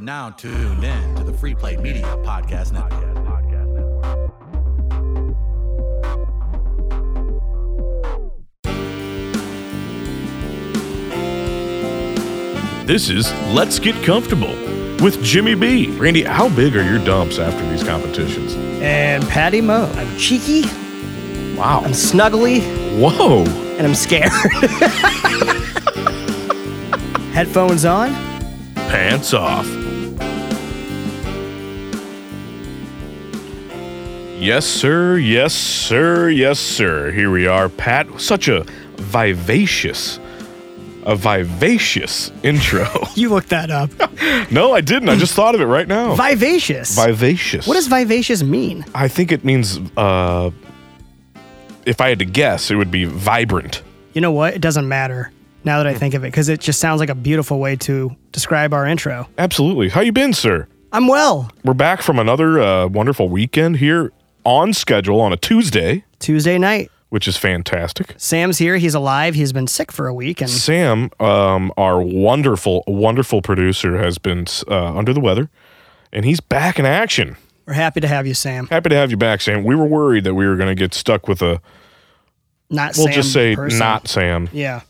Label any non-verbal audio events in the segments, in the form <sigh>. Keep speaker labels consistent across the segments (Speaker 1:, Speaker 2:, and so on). Speaker 1: now tuned in to the Free Play Media Podcast Network.
Speaker 2: This is Let's Get Comfortable with Jimmy B. Randy, how big are your dumps after these competitions?
Speaker 3: And Patty Mo. I'm cheeky,
Speaker 2: Wow.
Speaker 3: I'm snuggly,
Speaker 2: Whoa.
Speaker 3: and I'm scared. <laughs> Headphones on.
Speaker 2: Pants off. Yes, sir. Yes, sir. Yes, sir. Here we are, Pat. Such a vivacious, a vivacious intro. <laughs>
Speaker 3: You looked that up.
Speaker 2: no, I didn't. I just thought of it right now.
Speaker 3: <laughs> Vivacious.
Speaker 2: vivacious.
Speaker 3: what does vivacious mean?
Speaker 2: I think it means. uh If I had to guess, it would be vibrant.
Speaker 3: You know what? It doesn't matter now that I think of it because it just sounds like a beautiful way to describe our intro.
Speaker 2: Absolutely. How you been, sir?
Speaker 3: I'm well.
Speaker 2: We're back from another uh, wonderful weekend here on schedule on a Tuesday,
Speaker 3: Tuesday night.
Speaker 2: which is fantastic.
Speaker 3: Sam's here. He's alive. He's been sick for a week. And
Speaker 2: Sam, um, our wonderful, wonderful producer, has been uh, under the weather, and he's back in action.
Speaker 3: we're happy to have you, Sam.
Speaker 2: Happy to have you back, Sam. We were worried that we were going to get stuck with a
Speaker 3: Not
Speaker 2: we'll
Speaker 3: Sam.
Speaker 2: just say
Speaker 3: the person.
Speaker 2: not Sam here
Speaker 3: Yeah.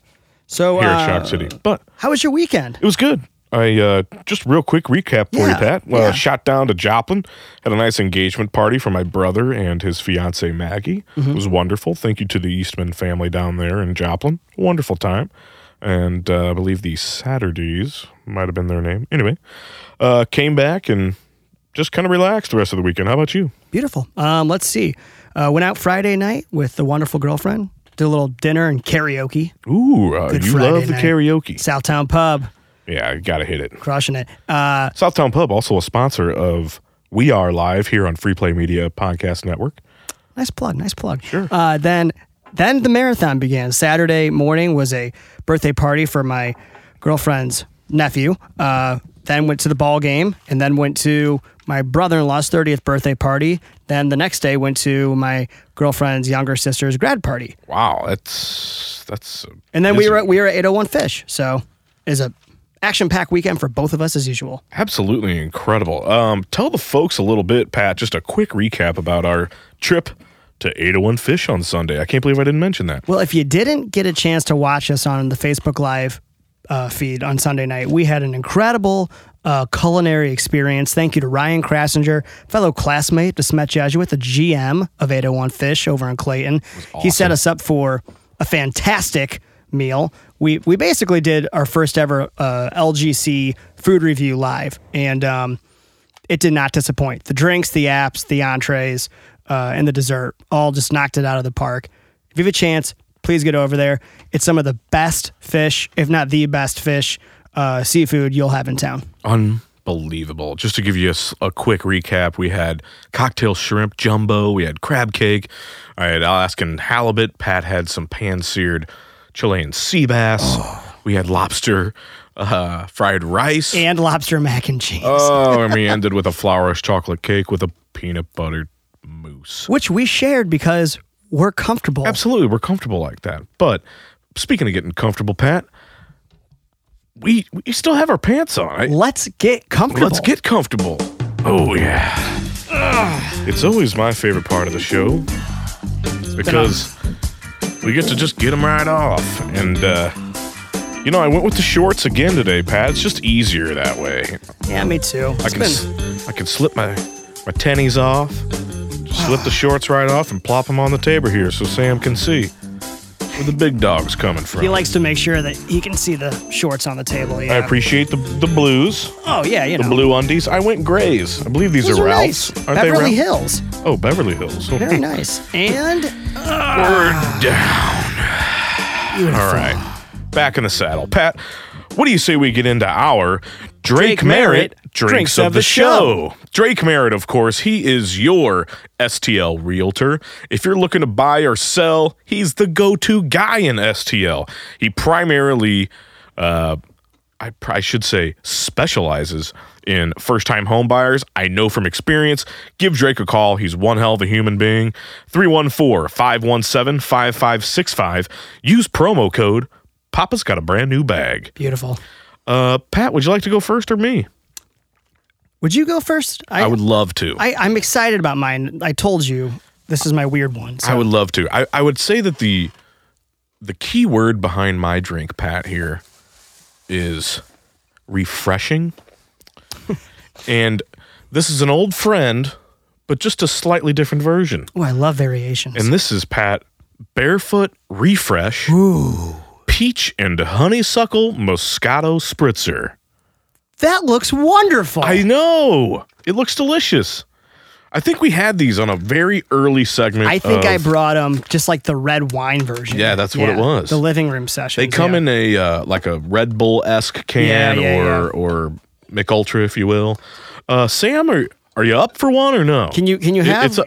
Speaker 3: So,
Speaker 2: at
Speaker 3: uh,
Speaker 2: Shock City, but
Speaker 3: how was your weekend?
Speaker 2: it was good. I uh, just real quick recap for you,
Speaker 3: Yeah,
Speaker 2: Pat. Uh,
Speaker 3: yeah.
Speaker 2: Shot down to Joplin, had a nice engagement party for my brother and his fiancee Maggie.
Speaker 3: Mm-hmm.
Speaker 2: It was wonderful. Thank you to the Eastman family down there in Joplin. Wonderful time. And uh, I believe the Saturdays might have been their name. Anyway, uh, came back and just kind of relaxed the rest of the weekend. How about you?
Speaker 3: Beautiful. Um, let's see. Uh, went out Friday night with the wonderful girlfriend. Did a little dinner and karaoke.
Speaker 2: Ooh, uh,
Speaker 3: Good
Speaker 2: you
Speaker 3: Friday
Speaker 2: love the
Speaker 3: night.
Speaker 2: karaoke.
Speaker 3: Southtown Pub,
Speaker 2: Yeah, you gotta hit it.
Speaker 3: crushing it. Uh,
Speaker 2: Southtown Pub, also a sponsor of We Are Live here on Free Play Media Podcast Network.
Speaker 3: nice plug. Nice plug. Sure. Uh, then, then the marathon began. Saturday morning was a birthday party for my girlfriend's nephew. Uh, then went to the ball game, and then went to my brother-in-law's 30th birthday party. Then the next day went to my girlfriend's younger sister's grad party.
Speaker 2: Wow, that's that's. a
Speaker 3: And then we
Speaker 2: busy-
Speaker 3: were we were at 801 Fish. So is a action packed weekend for both of us as usual.
Speaker 2: absolutely incredible. Um, tell the folks a little bit, Pat. Just a quick recap about our trip to 801 Fish on Sunday. I can't believe I didn't mention that.
Speaker 3: Well, if you didn't get a chance to watch us on the Facebook Live uh, feed on Sunday night, we had an incredible uh, culinary experience. Thank you to Ryan Krassinger, fellow classmate to Smet Jesuit, the GM of 801 Fish over in Clayton. He set us up for a fantastic meal. We we basically did our first ever uh, LGC food review live, and um, it did not disappoint. The drinks, the apps, the entrees, uh, and the dessert all just knocked it out of the park. If you have a chance, please get over there. It's some of the best fish, if not the best fish, uh, seafood you'll have in town.
Speaker 2: Unbelievable. Just to give you a, s- a quick recap, we had cocktail shrimp jumbo, we had crab cake, I had Alaskan halibut, Pat had some pan seared Chilean sea bass,
Speaker 3: Oh.
Speaker 2: we had lobster, uh, fried rice.
Speaker 3: And lobster mac and cheese,
Speaker 2: oh, and we ended with a flourish chocolate cake with a peanut butter mousse.
Speaker 3: which we shared because we're comfortable.
Speaker 2: Absolutely, we're comfortable like that. But speaking of getting comfortable, Pat, we we still have our pants on. I,
Speaker 3: Let's get comfortable.
Speaker 2: let's get comfortable. Oh yeah. Ugh. It's always my favorite part of the show because we get to just get them right off. And uh, you know, I went with the shorts again today, Pat. It's just easier that way.
Speaker 3: Yeah, me too.
Speaker 2: I
Speaker 3: It's
Speaker 2: can s I can slip my my tennies off, just slip the shorts right off, and plop them on the table here so Sam can see where the big dog's coming from.
Speaker 3: he likes to make sure that he can see the shorts on the table. Yeah.
Speaker 2: I appreciate the the blues,
Speaker 3: oh yeah, you know.
Speaker 2: the blue undies. I went grays. I believe these
Speaker 3: Those
Speaker 2: are
Speaker 3: are
Speaker 2: Ralphs.
Speaker 3: nice.
Speaker 2: Aren't
Speaker 3: Beverly
Speaker 2: they Ralphs?
Speaker 3: Hills,
Speaker 2: Oh, Beverly Hills. <laughs>
Speaker 3: very nice. And
Speaker 2: We're down. All right, back in the saddle, Pat. What do you say we get into our Drake,
Speaker 3: Drake Merritt
Speaker 2: Merritt drinks, of, the show? Drake Merritt, of course, he is your STL realtor. If you're looking to buy or sell, he's the go-to guy in STL. He primarily, uh, I, pr- I should say, specializes in first-time home buyers. I know from experience. Give Drake a call. He's one hell of a human being. 314-517-5565. Use promo code Papa's got a brand new bag.
Speaker 3: beautiful.
Speaker 2: Uh, Pat, would you like to go first or me?
Speaker 3: Would you go first?
Speaker 2: I would love to.
Speaker 3: I, I'm excited about mine. I told you this is my weird one. So
Speaker 2: I would love to. I, I would say that the the key word behind my drink, Pat, here is
Speaker 3: <laughs>
Speaker 2: refreshing. and this is an old friend, but just a slightly different version.
Speaker 3: Ooh, I love variations.
Speaker 2: And this is Pat Barefoot Refresh Peach and Honeysuckle Moscato Spritzer.
Speaker 3: that looks wonderful.
Speaker 2: I know. It looks delicious. I think we had these on a very early segment.
Speaker 3: I think I
Speaker 2: of-
Speaker 3: brought them just like the red wine version.
Speaker 2: Yeah, that's what it was.
Speaker 3: The living room session.
Speaker 2: They come in a uh, like a Red Bull esque can
Speaker 3: Yeah, yeah,
Speaker 2: or or Mick Ultra, if you will. Uh, Sam, are are you up for one or no?
Speaker 3: Can you can you
Speaker 2: It-
Speaker 3: have?
Speaker 2: it's a-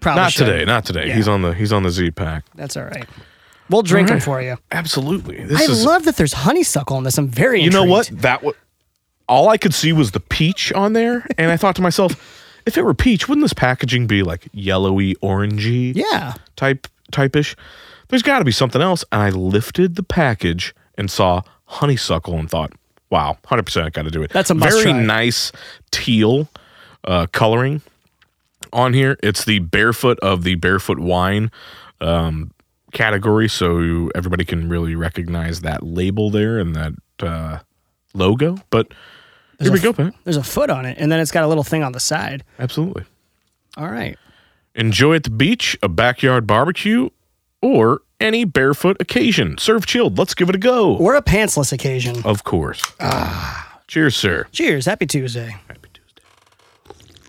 Speaker 3: probably
Speaker 2: not
Speaker 3: should.
Speaker 2: today, not today.
Speaker 3: Yeah.
Speaker 2: He's on the he's on the Z pack.
Speaker 3: That's all right. We'll drink them for you.
Speaker 2: Absolutely, this
Speaker 3: I
Speaker 2: is.
Speaker 3: love that there's honeysuckle in this. I'm very.
Speaker 2: you know what
Speaker 3: intrigued.
Speaker 2: that wa all I could see was the peach on there, and I thought to myself, if it were peach, wouldn't this packaging be like yellowy, orangey?
Speaker 3: Yeah.
Speaker 2: type typish. There's got to be something else. And I lifted the package and saw honeysuckle and thought, wow, hundred percent, got to do it.
Speaker 3: That's a must
Speaker 2: very
Speaker 3: try.
Speaker 2: nice teal uh, coloring on here. It's the barefoot of the barefoot wine um, category, so everybody can really recognize that label there and that uh, logo. But here we go, Pat.
Speaker 3: There's a foot on it, and then it's got a little thing on the side.
Speaker 2: Absolutely.
Speaker 3: All right.
Speaker 2: Enjoy at the beach, a backyard barbecue, or any barefoot occasion. Serve chilled. Let's give it a go.
Speaker 3: Or a pantsless occasion.
Speaker 2: Of course. Cheers, sir.
Speaker 3: Cheers. Happy Tuesday.
Speaker 2: Happy Tuesday.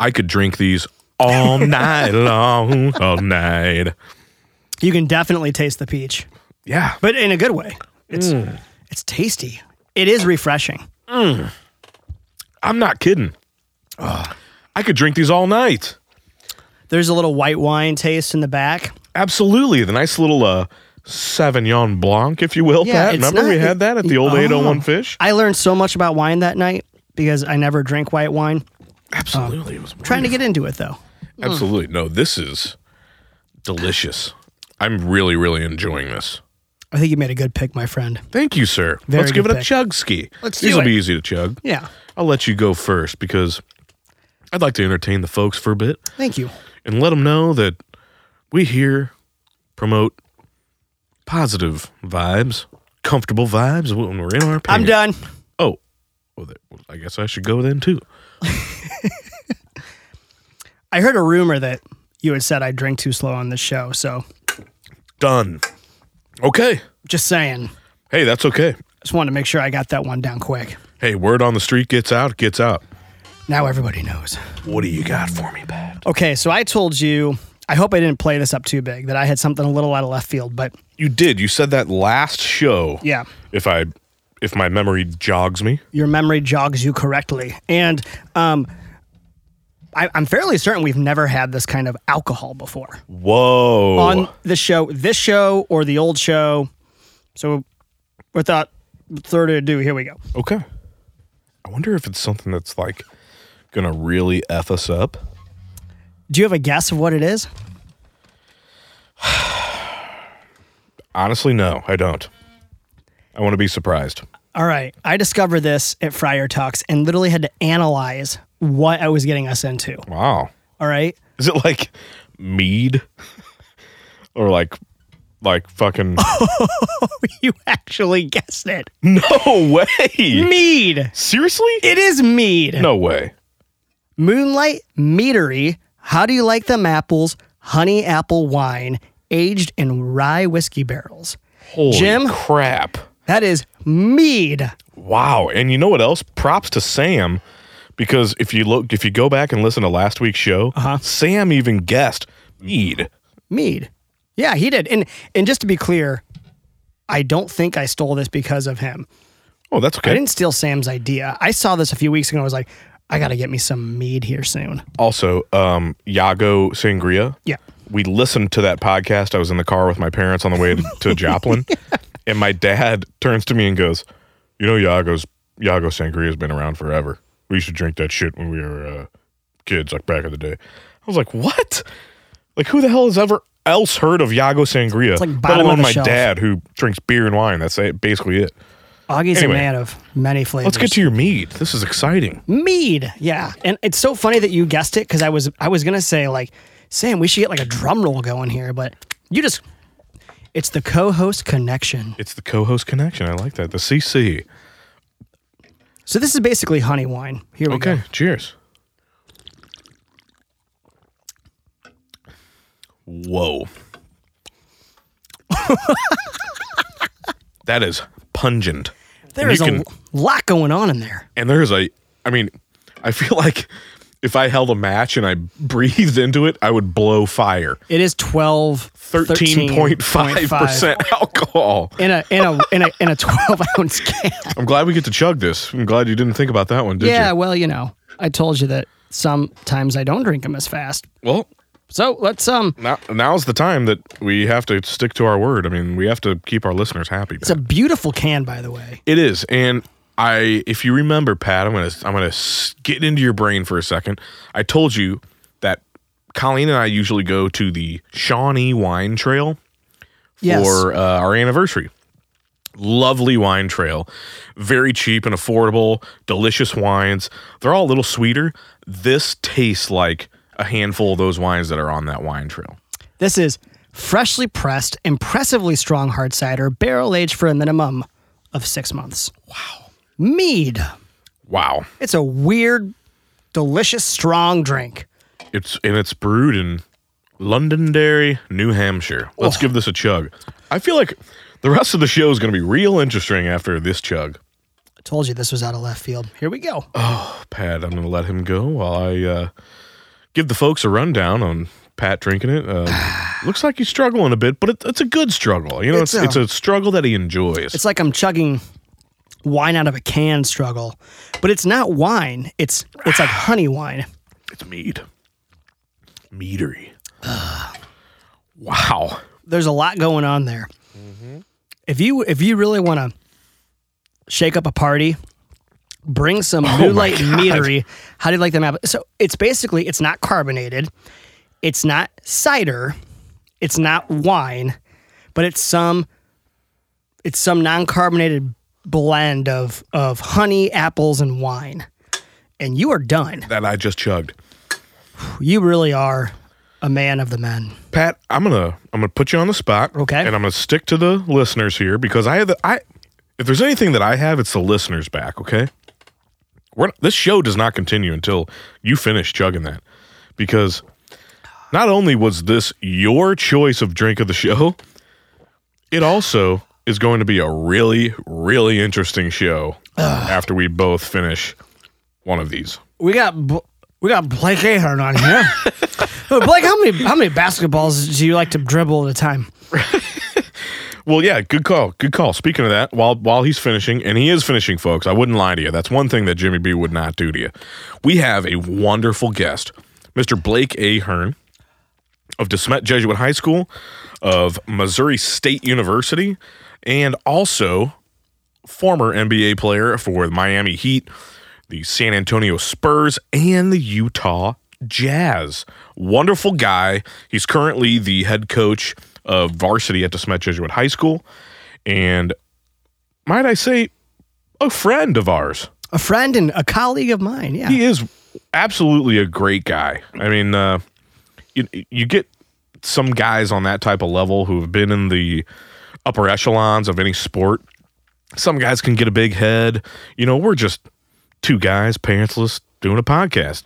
Speaker 2: I could drink these <laughs> all night long, all night.
Speaker 3: You can definitely taste the peach,
Speaker 2: Yeah.
Speaker 3: but in a good way. It's it's tasty. It is refreshing.
Speaker 2: I'm not kidding. Ugh. I could drink these all night.
Speaker 3: There's a little white wine taste in the back.
Speaker 2: Absolutely. The nice little uh Sauvignon Blanc, if you will, Pat.
Speaker 3: it's
Speaker 2: Remember we
Speaker 3: not-
Speaker 2: had that at the old
Speaker 3: Oh.
Speaker 2: 801 Fish?
Speaker 3: I learned so much about wine that night because I never drink white wine.
Speaker 2: Absolutely. it was
Speaker 3: Trying to get into it though.
Speaker 2: Absolutely. No, this is delicious. I'm really, really enjoying this.
Speaker 3: I think you made a good pick, my friend.
Speaker 2: Thank you, sir.
Speaker 3: Very
Speaker 2: Let's give it
Speaker 3: good
Speaker 2: a
Speaker 3: pick.
Speaker 2: chug ski.
Speaker 3: Let's do
Speaker 2: These will
Speaker 3: it.
Speaker 2: be easy to chug.
Speaker 3: Yeah.
Speaker 2: I'll let you go first because I'd like to entertain the folks for a bit
Speaker 3: Thank you.
Speaker 2: and let them know that we here promote positive vibes, comfortable vibes when we're in our pants.
Speaker 3: I'm done.
Speaker 2: Oh, well, th- well, I guess I should go then too.
Speaker 3: I heard a rumor that you had said I drink too slow on this show, so
Speaker 2: Done. Okay.
Speaker 3: just saying.
Speaker 2: Hey, that's okay.
Speaker 3: Just wanted to make sure I got that one down quick.
Speaker 2: Hey, word on the street gets out, gets out.
Speaker 3: Now everybody knows.
Speaker 2: What do you got for me, Pat?
Speaker 3: Okay, so I told you, I hope I didn't play this up too big, that I had something a little out of left field, but
Speaker 2: You did. You said that last show.
Speaker 3: Yeah.
Speaker 2: If I, if my memory jogs me.
Speaker 3: your memory jogs you correctly. And um, I, I'm fairly certain we've never had this kind of alcohol before
Speaker 2: Whoa.
Speaker 3: on the show, this show or the old show. So without further ado, here we go.
Speaker 2: okay. I wonder if it's something that's like gonna really f us up.
Speaker 3: Do you have a guess of what it is?
Speaker 2: Honestly, no, I don't. I want to be surprised.
Speaker 3: All right. I discovered this at Friar Talks and literally had to analyze what I was getting us into.
Speaker 2: Wow.
Speaker 3: All right. <laughs>
Speaker 2: Is it like mead, <laughs> or like, like
Speaker 3: <laughs>
Speaker 2: fucking?
Speaker 3: You actually guessed it.
Speaker 2: Hmm. no way.
Speaker 3: Mead.
Speaker 2: Seriously?
Speaker 3: It is mead.
Speaker 2: No way.
Speaker 3: Moonlight Meadery. How do you like them apples? Honey apple wine aged in rye whiskey barrels.
Speaker 2: Holy
Speaker 3: Jim?
Speaker 2: crap.
Speaker 3: That is mead.
Speaker 2: Wow. And you know what else? Props to Sam because if you look if you go back and listen to last week's show, Sam even guessed mead.
Speaker 3: Mead. Yeah, he did. And and just to be clear, I don't think I stole this because of him.
Speaker 2: Oh, that's okay.
Speaker 3: I didn't steal Sam's idea. I saw this a few weeks ago. I was like, I got to get me some mead here soon.
Speaker 2: also, um Yago Sangria.
Speaker 3: Yeah.
Speaker 2: We listened to that podcast. I was in the car with my parents on the
Speaker 3: <laughs>
Speaker 2: way to, to Joplin. And my dad turns to me and goes, You know, Yago's Yago Sangria has been around forever. We used to drink that shit when we were uh, kids, like back in the day. I was like, What? Like, who the hell has ever else heard of Yago Sangria,
Speaker 3: like
Speaker 2: let
Speaker 3: bottom of
Speaker 2: alone
Speaker 3: the
Speaker 2: my
Speaker 3: shelf.
Speaker 2: dad who drinks beer and wine. That's it, basically it.
Speaker 3: Augie's
Speaker 2: Anyway.
Speaker 3: a man of many flavors.
Speaker 2: Let's get to your mead. This is exciting.
Speaker 3: mead. Yeah, and it's so funny that you guessed it because I was I was gonna say like Sam, we should get like a drum roll going here, but you just it's the co-host connection.
Speaker 2: It's the co-host connection. I like that. The CC.
Speaker 3: So this is basically honey wine. Here we
Speaker 2: Okay,
Speaker 3: go.
Speaker 2: cheers. Whoa. <laughs> that is pungent.
Speaker 3: There
Speaker 2: And
Speaker 3: is
Speaker 2: you
Speaker 3: a
Speaker 2: can-
Speaker 3: lot going on in there.
Speaker 2: and there's a I mean, I feel <laughs> like if I held a match and I breathed into it, I would blow fire.
Speaker 3: It is 12
Speaker 2: 13.5% alcohol.
Speaker 3: in a in a in a in a 12 <laughs> ounce can.
Speaker 2: I'm glad we get to chug this. I'm glad you didn't think about that one, did
Speaker 3: yeah,
Speaker 2: you?
Speaker 3: well, you know, I told you that sometimes I don't drink them as fast.
Speaker 2: Well,
Speaker 3: So, let's um
Speaker 2: now, now's the time that we have to stick to our word. I mean, we have to keep our listeners happy.
Speaker 3: it's a beautiful can by the way.
Speaker 2: It is, and I, if you remember, Pat, I'm gonna I'm gonna s- get into your brain for a second. I told you that Colleen and I usually go to the Shawnee Wine Trail
Speaker 3: Yes.
Speaker 2: for uh, our anniversary. Lovely wine trail, very cheap and affordable, delicious wines. They're all a little sweeter. This tastes like a handful of those wines that are on that wine trail.
Speaker 3: This is freshly pressed, impressively strong hard cider, barrel aged for a minimum of six months. Wow. Mead.
Speaker 2: Wow,
Speaker 3: It's a weird, delicious, strong drink.
Speaker 2: It's and it's brewed in Londonderry, New Hampshire.
Speaker 3: Oh.
Speaker 2: Let's give this a chug. I feel like the rest of the show is going to be real interesting after this chug.
Speaker 3: I told you this was out of left field. Here we go.
Speaker 2: Oh, Pat, I'm going to let him go while I uh, give the folks a rundown on Pat drinking it. Uh, <sighs> looks like he's struggling a bit, but it, it's a good struggle. You know, it's
Speaker 3: It's
Speaker 2: it's a,
Speaker 3: a-
Speaker 2: struggle that he enjoys.
Speaker 3: It's like I'm chugging wine out of a can struggle, but it's not wine. It's it's like honey wine.
Speaker 2: It's mead, meadery. <sighs> wow,
Speaker 3: There's a lot going on there.
Speaker 2: Mm-hmm.
Speaker 3: If you if you really want to shake up a party, bring some
Speaker 2: Oh my
Speaker 3: New Light
Speaker 2: God.
Speaker 3: Meadery. How do you like them? apple- So it's basically it's not carbonated, it's not cider, it's not wine, but it's some it's some non-carbonated blend of of honey, apples, and wine. And you are done.
Speaker 2: that I just chugged.
Speaker 3: You really are a man of the men.
Speaker 2: Pat, I'm gonna I'm gonna put you on the spot.
Speaker 3: Okay.
Speaker 2: And I'm gonna stick to the listeners here because I have the I if there's anything that I have, it's the listeners back, okay? We're this show does not continue until you finish chugging that. Because not only was this your choice of drink of the show, it also is going to be a really, really interesting show after we both finish one of these.
Speaker 3: we got Bl- we got Blake Ahern on here. Oh, Blake, how many how many basketballs do you like to dribble at a time?
Speaker 2: Well, yeah, good call. Good call. Speaking of that, while while he's finishing, and he is finishing, folks, I wouldn't lie to you. That's one thing that Jimmy B would not do to you. We have a wonderful guest, Mr. Blake A. Hearn of DeSmet Jesuit High School, of Missouri State University, and also former NBA player for the Miami Heat, the San Antonio Spurs, and the Utah Jazz. Wonderful guy. He's currently the head coach of varsity at DeSmet Jesuit High School, and might I say, a friend of ours.
Speaker 3: A friend and a colleague of mine. Yeah,
Speaker 2: He is absolutely a great guy. I mean, uh, you you get some guys on that type of level who have been in the upper echelons of any sport. Some guys can get a big head. You know, we're just two guys, pantsless, doing a podcast.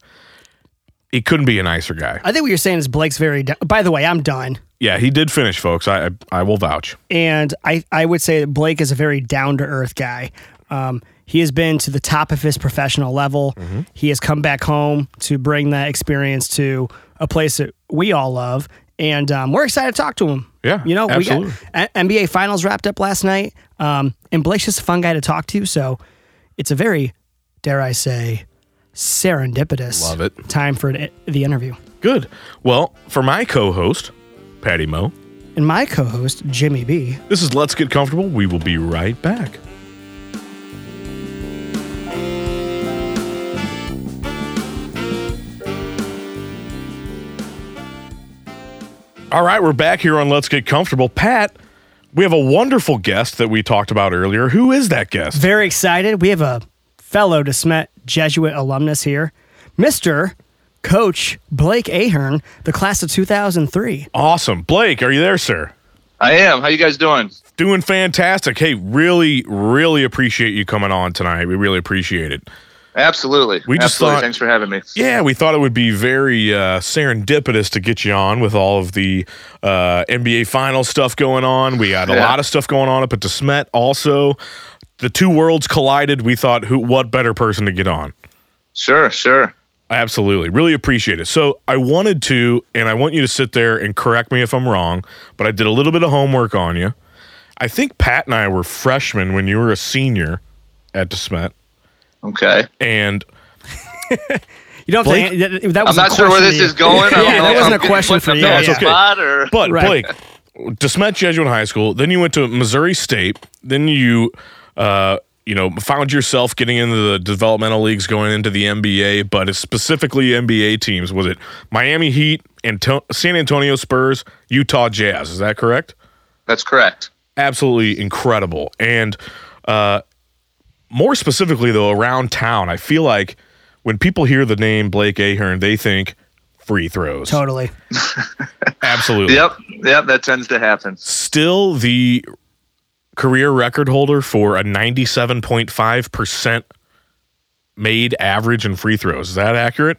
Speaker 2: He couldn't be a nicer guy.
Speaker 3: I think what you're saying is Blake's very. do- By the way, I'm done,
Speaker 2: Yeah, he did finish, folks. I I, I will vouch.
Speaker 3: and I I would say that Blake is a very down to earth guy. Um, he has been to the top of his professional level.
Speaker 2: Mm-hmm.
Speaker 3: He has come back home to bring that experience to a place that we all love, and um, we're excited to talk to him.
Speaker 2: Yeah,
Speaker 3: you know,
Speaker 2: absolutely.
Speaker 3: we got A- NBA Finals wrapped up last night, um, and Blake's just a fun guy to talk to. So it's a very, dare I say, serendipitous
Speaker 2: Love it.
Speaker 3: time for an, the interview.
Speaker 2: Good. Well, for my co-host, Patty Mo,
Speaker 3: And my co-host Jimmy B.
Speaker 2: this is Let's Get Comfortable. We will be right back. All right, we're back here on Let's Get Comfortable. Pat, we have a wonderful guest that we talked about earlier. Who is that guest?
Speaker 3: Very excited. We have a fellow DeSmet Jesuit alumnus here, Mr. Coach Blake Ahern, the class of 2003.
Speaker 2: Awesome. Blake, are you there, sir?
Speaker 4: I am. How you guys doing?
Speaker 2: Doing fantastic. Hey, really, really appreciate you coming on tonight. We really appreciate it.
Speaker 4: Absolutely.
Speaker 2: We just
Speaker 4: Absolutely.
Speaker 2: thought-
Speaker 4: Thanks for having me.
Speaker 2: Yeah, we thought it would be very uh, serendipitous to get you on with all of the uh, NBA final stuff going on. We had a
Speaker 4: Yeah.
Speaker 2: lot of stuff going on up at the Smet also. The two worlds collided. We thought, who, what better person to get on?
Speaker 4: Sure, sure.
Speaker 2: Absolutely. Really appreciate it. So I wanted to, and I want you to sit there and correct me if I'm wrong, but I did a little bit of homework on you. I think Pat and I were freshmen when you were a senior at DeSmet.
Speaker 4: Okay.
Speaker 2: And
Speaker 3: You don't
Speaker 2: Blake?
Speaker 3: think that, that
Speaker 4: I'm
Speaker 3: was a
Speaker 4: not sure where
Speaker 3: question
Speaker 4: this
Speaker 3: to you.
Speaker 4: is going. I don't
Speaker 3: Yeah,
Speaker 4: know
Speaker 3: that
Speaker 4: if
Speaker 3: wasn't
Speaker 4: I'm
Speaker 3: a question
Speaker 4: getting
Speaker 3: for
Speaker 4: put
Speaker 3: you.
Speaker 4: in a
Speaker 3: Yeah.
Speaker 2: Okay.
Speaker 4: spot or-
Speaker 2: But
Speaker 3: Right.
Speaker 2: Blake, DeSmet Jesuit High School. Then you went to Missouri State. Then you, uh, you know, found yourself getting into the developmental leagues, going into the NBA, but it's specifically NBA teams. Was it Miami Heat, Anto- San Antonio Spurs, Utah Jazz? Is that correct?
Speaker 4: That's correct.
Speaker 2: absolutely incredible. And uh, more specifically, though, around town, I feel like when people hear the name Blake Ahern, they think free throws.
Speaker 3: Totally.
Speaker 2: Absolutely.
Speaker 4: Yep. Yep. That tends to happen.
Speaker 2: Still the career record holder for a 97.5% made average in free throws. Is that accurate?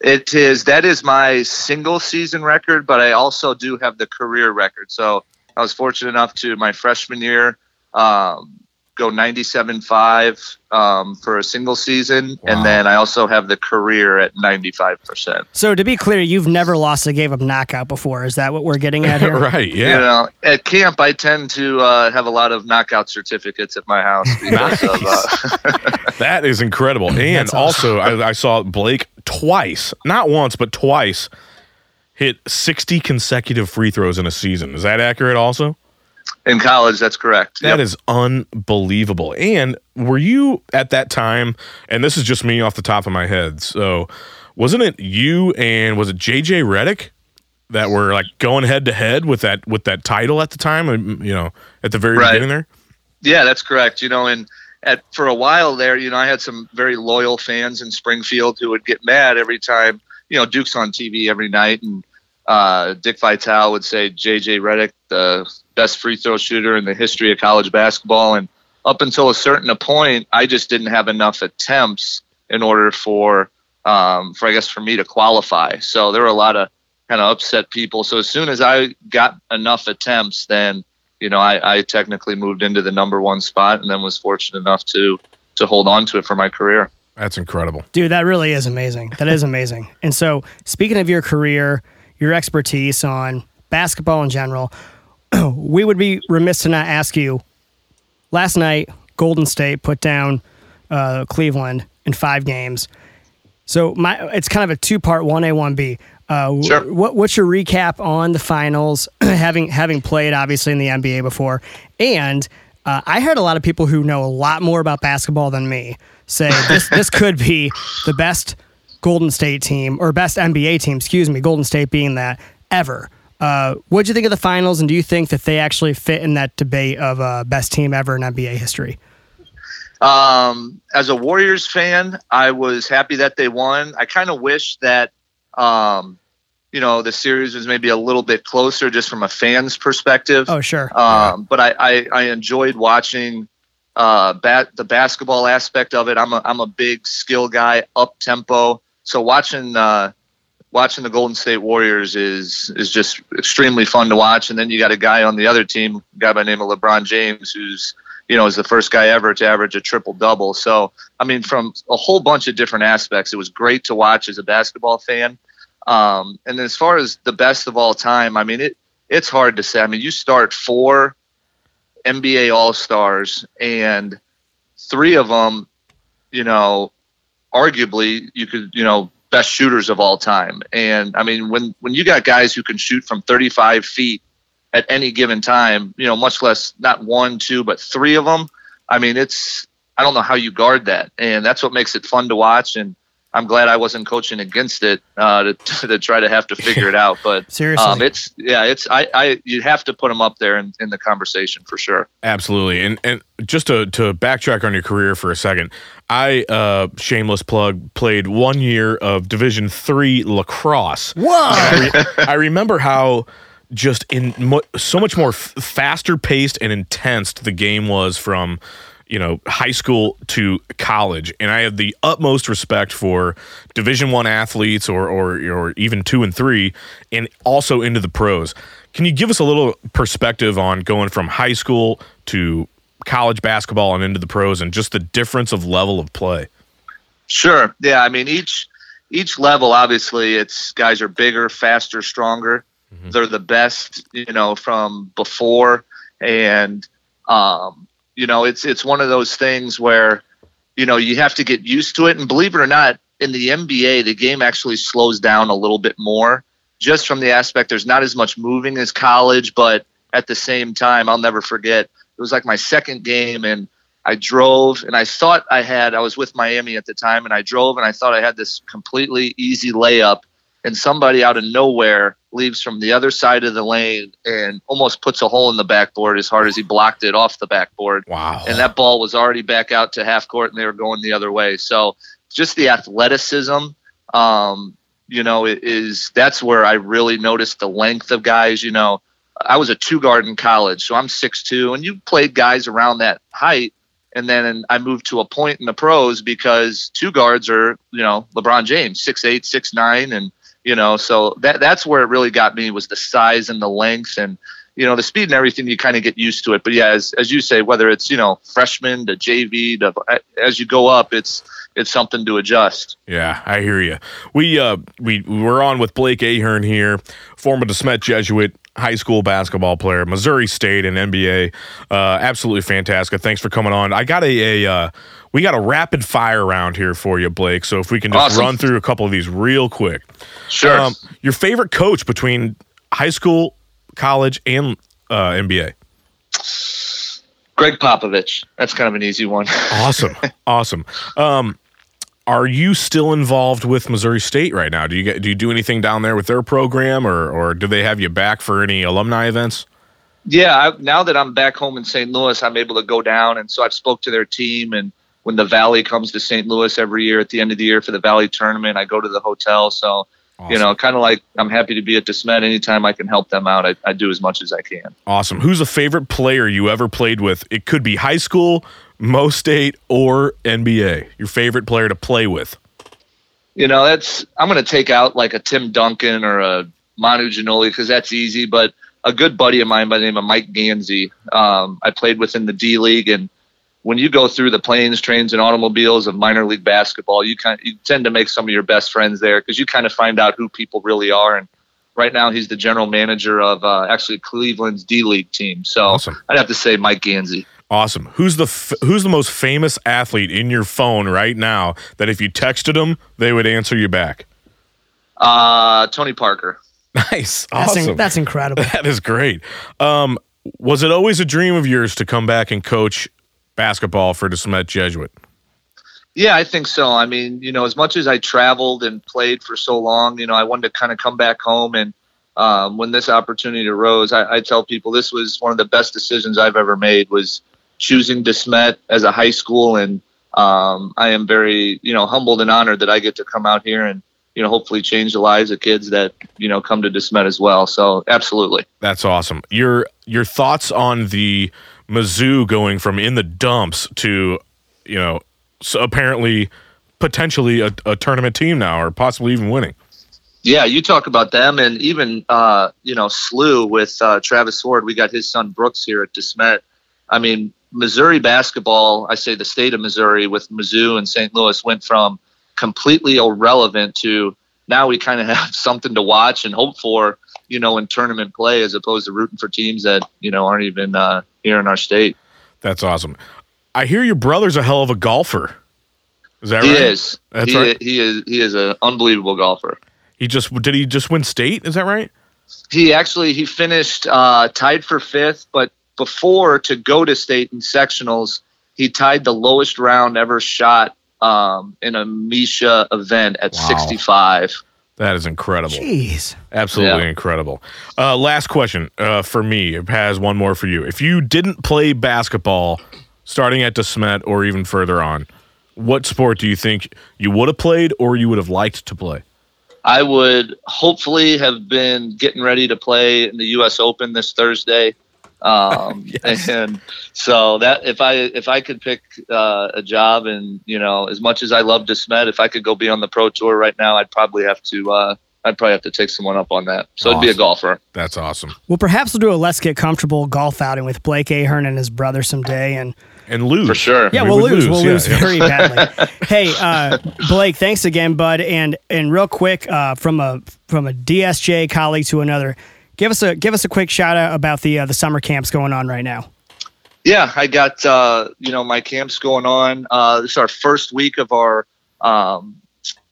Speaker 4: It is. That is my single season record, but I also do have the career record. So I was fortunate enough to my freshman year um, go 97.5 um, for a single season,
Speaker 2: Wow.
Speaker 4: and then I also have the career at 95 percent.
Speaker 3: So to be clear, you've never lost a game of knockout before. Is that what we're getting
Speaker 2: <laughs>
Speaker 3: at here?
Speaker 2: right. Yeah.
Speaker 4: You know, at camp, I tend to uh, have a lot of knockout certificates at my house.
Speaker 2: <laughs>
Speaker 4: Because of, uh,
Speaker 2: That is incredible. And also, I, I saw Blake twice, not once, but twice, hit 60 consecutive free throws in a season. Is that accurate also?
Speaker 4: <laughs> in college, that's correct.
Speaker 2: That
Speaker 4: Yep.
Speaker 2: is unbelievable. And were you at that time, and this is just me off the top of my head, so wasn't it you and was it JJ Reddick? That were like going head to head with that with that title at the time, um, you know, at the very
Speaker 4: Right.
Speaker 2: beginning there.
Speaker 4: Yeah, that's correct. You know, and at for a while there, you know, I had some very loyal fans in Springfield who would get mad every time, you know, Duke's on TV every night, and uh, Dick Vitale would say J.J. Reddick, the best free throw shooter in the history of college basketball, and up until a certain point, I just didn't have enough attempts in order for, um, for I guess for me to qualify. So there were a lot of kind of upset people. So as soon as I got enough attempts, then you know, I, I technically moved into the number one spot and then was fortunate enough to to hold on to it for my career.
Speaker 2: That's incredible.
Speaker 3: Dude, that really is amazing. That is amazing. and so, speaking of your career, your expertise on basketball in general, <clears throat> we would be remiss to not ask you. Last night, Golden State put down uh, Cleveland in five games. So my it's kind of a two part one A one B. Uh,
Speaker 4: Sure.
Speaker 3: wh- What what's your recap on the finals, <clears throat> having having played obviously in the NBA before, and uh, I heard a lot of people who know a lot more about basketball than me
Speaker 4: <laughs>
Speaker 3: say this this could be the best Golden State team or best NBA team, excuse me, Golden State being that ever. Uh, what would you think of the finals, and do you think that they actually fit in that debate of uh, best team ever in NBA history?
Speaker 4: Um, as a Warriors fan, I was happy that they won. I kind of wish that um, you know the series was maybe a little bit closer, just from a fan's perspective.
Speaker 3: Oh sure,
Speaker 4: Um, but I, I, I enjoyed watching uh, bat, the basketball aspect of it. I'm a, I'm a big skill guy, up tempo. So watching uh, watching the Golden State Warriors is is just extremely fun to watch. And then you got a guy on the other team, a guy by the name of LeBron James, who's you know is the first guy ever to average a triple double. So I mean, from a whole bunch of different aspects, it was great to watch as a basketball fan. Um, and as far as the best of all time, I mean, it it's hard to say. I mean, you start four NBA All Stars, and three of them, you know, arguably you could, you know, best shooters of all time. And I mean, when when you got guys who can shoot from 35 feet at any given time, you know, much less not one, two, but three of them. I mean, it's I don't know how you guard that, and that's what makes it fun to watch. And I I'm glad I wasn't coaching against it uh, to, <laughs> to try to have to figure it out. But
Speaker 3: Seriously.
Speaker 4: um, it's yeah, it's I, I you have to put them up there in, in the conversation for sure.
Speaker 2: Absolutely. And and just to to backtrack on your career for a second, I uh shameless plug played 1 year of Division 3 lacrosse.
Speaker 3: Whoa!
Speaker 2: I, re- I remember how just in mu- so much more f- faster paced and intense the game was from you know high school to college and i have the utmost respect for division 1 athletes or or or even 2 and 3 and also into the pros can you give us a little perspective on going from high school to college basketball and into the pros and just the difference of level of play
Speaker 4: Sure. Yeah. I mean, each each level, obviously, it's guys are bigger, faster, stronger. They're the best, you know, from before, and um, you know, it's it's one of those things where, you know, you have to get used to it. And believe it or not, in the NBA, the game actually slows down a little bit more, just from the aspect there's not as much moving as college, but at the same time, I'll never forget. It was like my second game, and I drove and I thought I had, I was with Miami at the time, and I drove and I thought I had this completely easy layup. And somebody out of nowhere leaves from the other side of the lane and almost puts a hole in the backboard as hard as he blocked it off the backboard.
Speaker 2: wow
Speaker 4: And that ball was already back out to half court and they were going the other way. So just the athleticism, um, you know, i- is that's where I really noticed the length of guys. You know, I was a two guard in college, so I'm six two, and you played guys around that height. And then I moved to a point in the pros because two guards are, you know, LeBron James, six eight, six nine, and you know, so that that's where it really got me was the size and the length and you know the speed and everything. You kind of get used to it, but yeah, as as you say, whether it's you know freshman to JV to as you go up, it's it's something to adjust.
Speaker 2: Yeah, I hear you. We uh we we're on with Blake Ahern here, former DeSmet Jesuit high school basketball player, Missouri State and NBA. Uh, absolutely fantastic. Thanks for coming on. I got a, a uh, we got a rapid fire round here for you, Blake. So if we can just
Speaker 4: Awesome.
Speaker 2: run through a couple of these real quick. Um,
Speaker 4: Sure.
Speaker 2: your favorite coach between high school, college, and uh, NBA.
Speaker 4: Greg Popovich. That's kind of an easy one. <laughs>
Speaker 2: Awesome, awesome. Um, are you still involved with Missouri State right now? Do you get, do you do anything down there with their program, or or do they have you back for any alumni events?
Speaker 4: yeah, I, now that I'm back home in St. Louis, I'm able to go down, and so I've spoke to their team. And when the Valley comes to St. Louis every year at the end of the year for the Valley tournament, I go to the hotel. So you know, kind of like I'm happy to be at DeSmet anytime I can help them out. I, I do as much as I can.
Speaker 2: Awesome. Who's a favorite player you ever played with? It could be high school, Mo State, or NBA. Your favorite player to play with.
Speaker 4: you know that's i'm going to take out like a tim duncan or a manu ginoli because that's easy but a good buddy of mine by the name of mike ganzi um, i played with in the d league and when you go through the planes trains and automobiles of minor league basketball you kind you tend to make some of your best friends there because you kind of find out who people really are and right now he's the general manager of uh, actually cleveland's d league team so
Speaker 2: Awesome.
Speaker 4: i'd have to say mike ganzi
Speaker 2: Awesome. Who's the f- who's the most famous athlete in your phone right now that if you texted them, they would answer you back?
Speaker 4: uh, tony parker
Speaker 2: Nice.
Speaker 3: That's,
Speaker 2: Awesome.
Speaker 3: in,
Speaker 2: <laughs>
Speaker 3: that's incredible.
Speaker 2: That is great. Um, was it always a dream of yours to come back and coach basketball for the Smet Jesuit?
Speaker 4: Yeah, I think so. I mean, you know, as much as I traveled and played for so long, you know, I wanted to kind of come back home. And um, when this opportunity arose, I, I tell people this was one of the best decisions I've ever made was choosing DeSmet as a high school. And um, I am very, you know, humbled and honored that I get to come out here and, you know, hopefully change the lives of kids that, you know, come to DeSmet as well. So absolutely.
Speaker 2: That's awesome. Your your thoughts on the Mizzou going from in the dumps to, you know, so apparently potentially a, a tournament team now or possibly even winning.
Speaker 4: Yeah, you talk about them, and even uh, you know SLU with uh, Travis Ford. We got his son Brooks here at Desmet. I mean, Missouri basketball. I say the state of Missouri with Mizzou and St. Louis went from completely irrelevant to now we kind of <laughs> have something to watch and hope for, you know, in tournament play as opposed to rooting for teams that you know aren't even uh, here in our state.
Speaker 2: That's awesome. I hear your brother's a hell of a golfer. Is that
Speaker 4: He
Speaker 2: right?
Speaker 4: is.
Speaker 2: That's
Speaker 4: he,
Speaker 2: right.
Speaker 4: he is. He is an unbelievable golfer.
Speaker 2: He just did he just win state? Is that right?
Speaker 4: he actually he finished uh, tied for fifth but before to go to state in sectionals he tied the lowest round ever shot um, in a Misha event at
Speaker 2: Wow.
Speaker 4: 65.
Speaker 2: That is incredible.
Speaker 3: Jeez.
Speaker 2: Absolutely
Speaker 4: Yeah.
Speaker 2: incredible. Uh, last question uh, for me. Has one more for you. If you didn't play basketball, starting at Desmet or even further on, what sport do you think you would have played or you would have liked to play?
Speaker 4: I would hopefully have been getting ready to play in the U.S. Open this Thursday, um, and so that if I if I could pick uh, a job and you know as much as I love Desmet, if I could go be on the pro tour right now, I'd probably have to uh, I'd probably have to take someone up on that. So it'd be a
Speaker 2: Awesome.
Speaker 4: golfer.
Speaker 2: That's awesome.
Speaker 3: Well, perhaps we'll do a let's get comfortable golf outing with Blake Ahern and his brother someday, and
Speaker 2: And lose
Speaker 4: For sure.
Speaker 3: yeah,
Speaker 2: We
Speaker 3: we'll
Speaker 2: would
Speaker 3: lose. We'll
Speaker 2: Yeah,
Speaker 3: lose
Speaker 2: yeah. <laughs>
Speaker 3: very badly. hey, uh, Blake, thanks again, bud. And and real quick, uh, from a from a DSJ colleague to another, give us a give us a quick shout out about the uh, the summer camps going on right now.
Speaker 4: Yeah, I got uh, you know my camps going on. Uh, this is our first week of our um,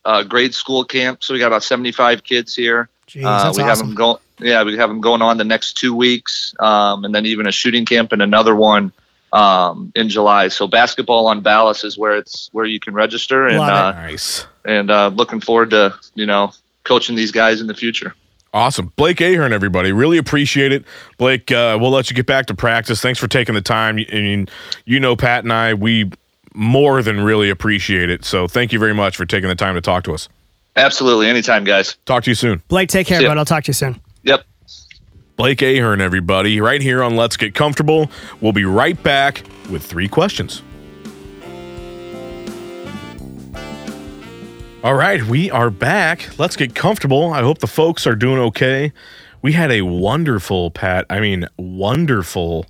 Speaker 4: uh, grade school camp, so we got about seventy five kids here.
Speaker 3: Jeez,
Speaker 4: uh,
Speaker 3: that's
Speaker 4: we have
Speaker 3: awesome.
Speaker 4: them going. Yeah, we have them going on the next two weeks, um, and then even a shooting camp and another one um, in July. So basketball on Ballas is where it's where you can register, and
Speaker 3: Love it.
Speaker 4: uh,
Speaker 2: Nice.
Speaker 4: and uh, looking forward to you know coaching these guys in the future.
Speaker 2: Awesome. Blake Ahern, everybody. Really appreciate it. Blake, uh, we'll let you get back to practice. Thanks for taking the time. I mean, you know, Pat and I, we more than really appreciate it. So thank you very much for taking the time to talk to us.
Speaker 4: Absolutely, anytime, guys.
Speaker 2: Talk to you soon.
Speaker 3: Blake, take care,
Speaker 4: Yeah.
Speaker 3: bud. I'll talk to you soon.
Speaker 4: Yep.
Speaker 2: Blake Ahern, everybody, right here on Let's Get Comfortable. We'll be right back with three questions. All right, we are back. Let's get comfortable. I hope the folks are doing okay. We had a wonderful, Pat, I mean, wonderful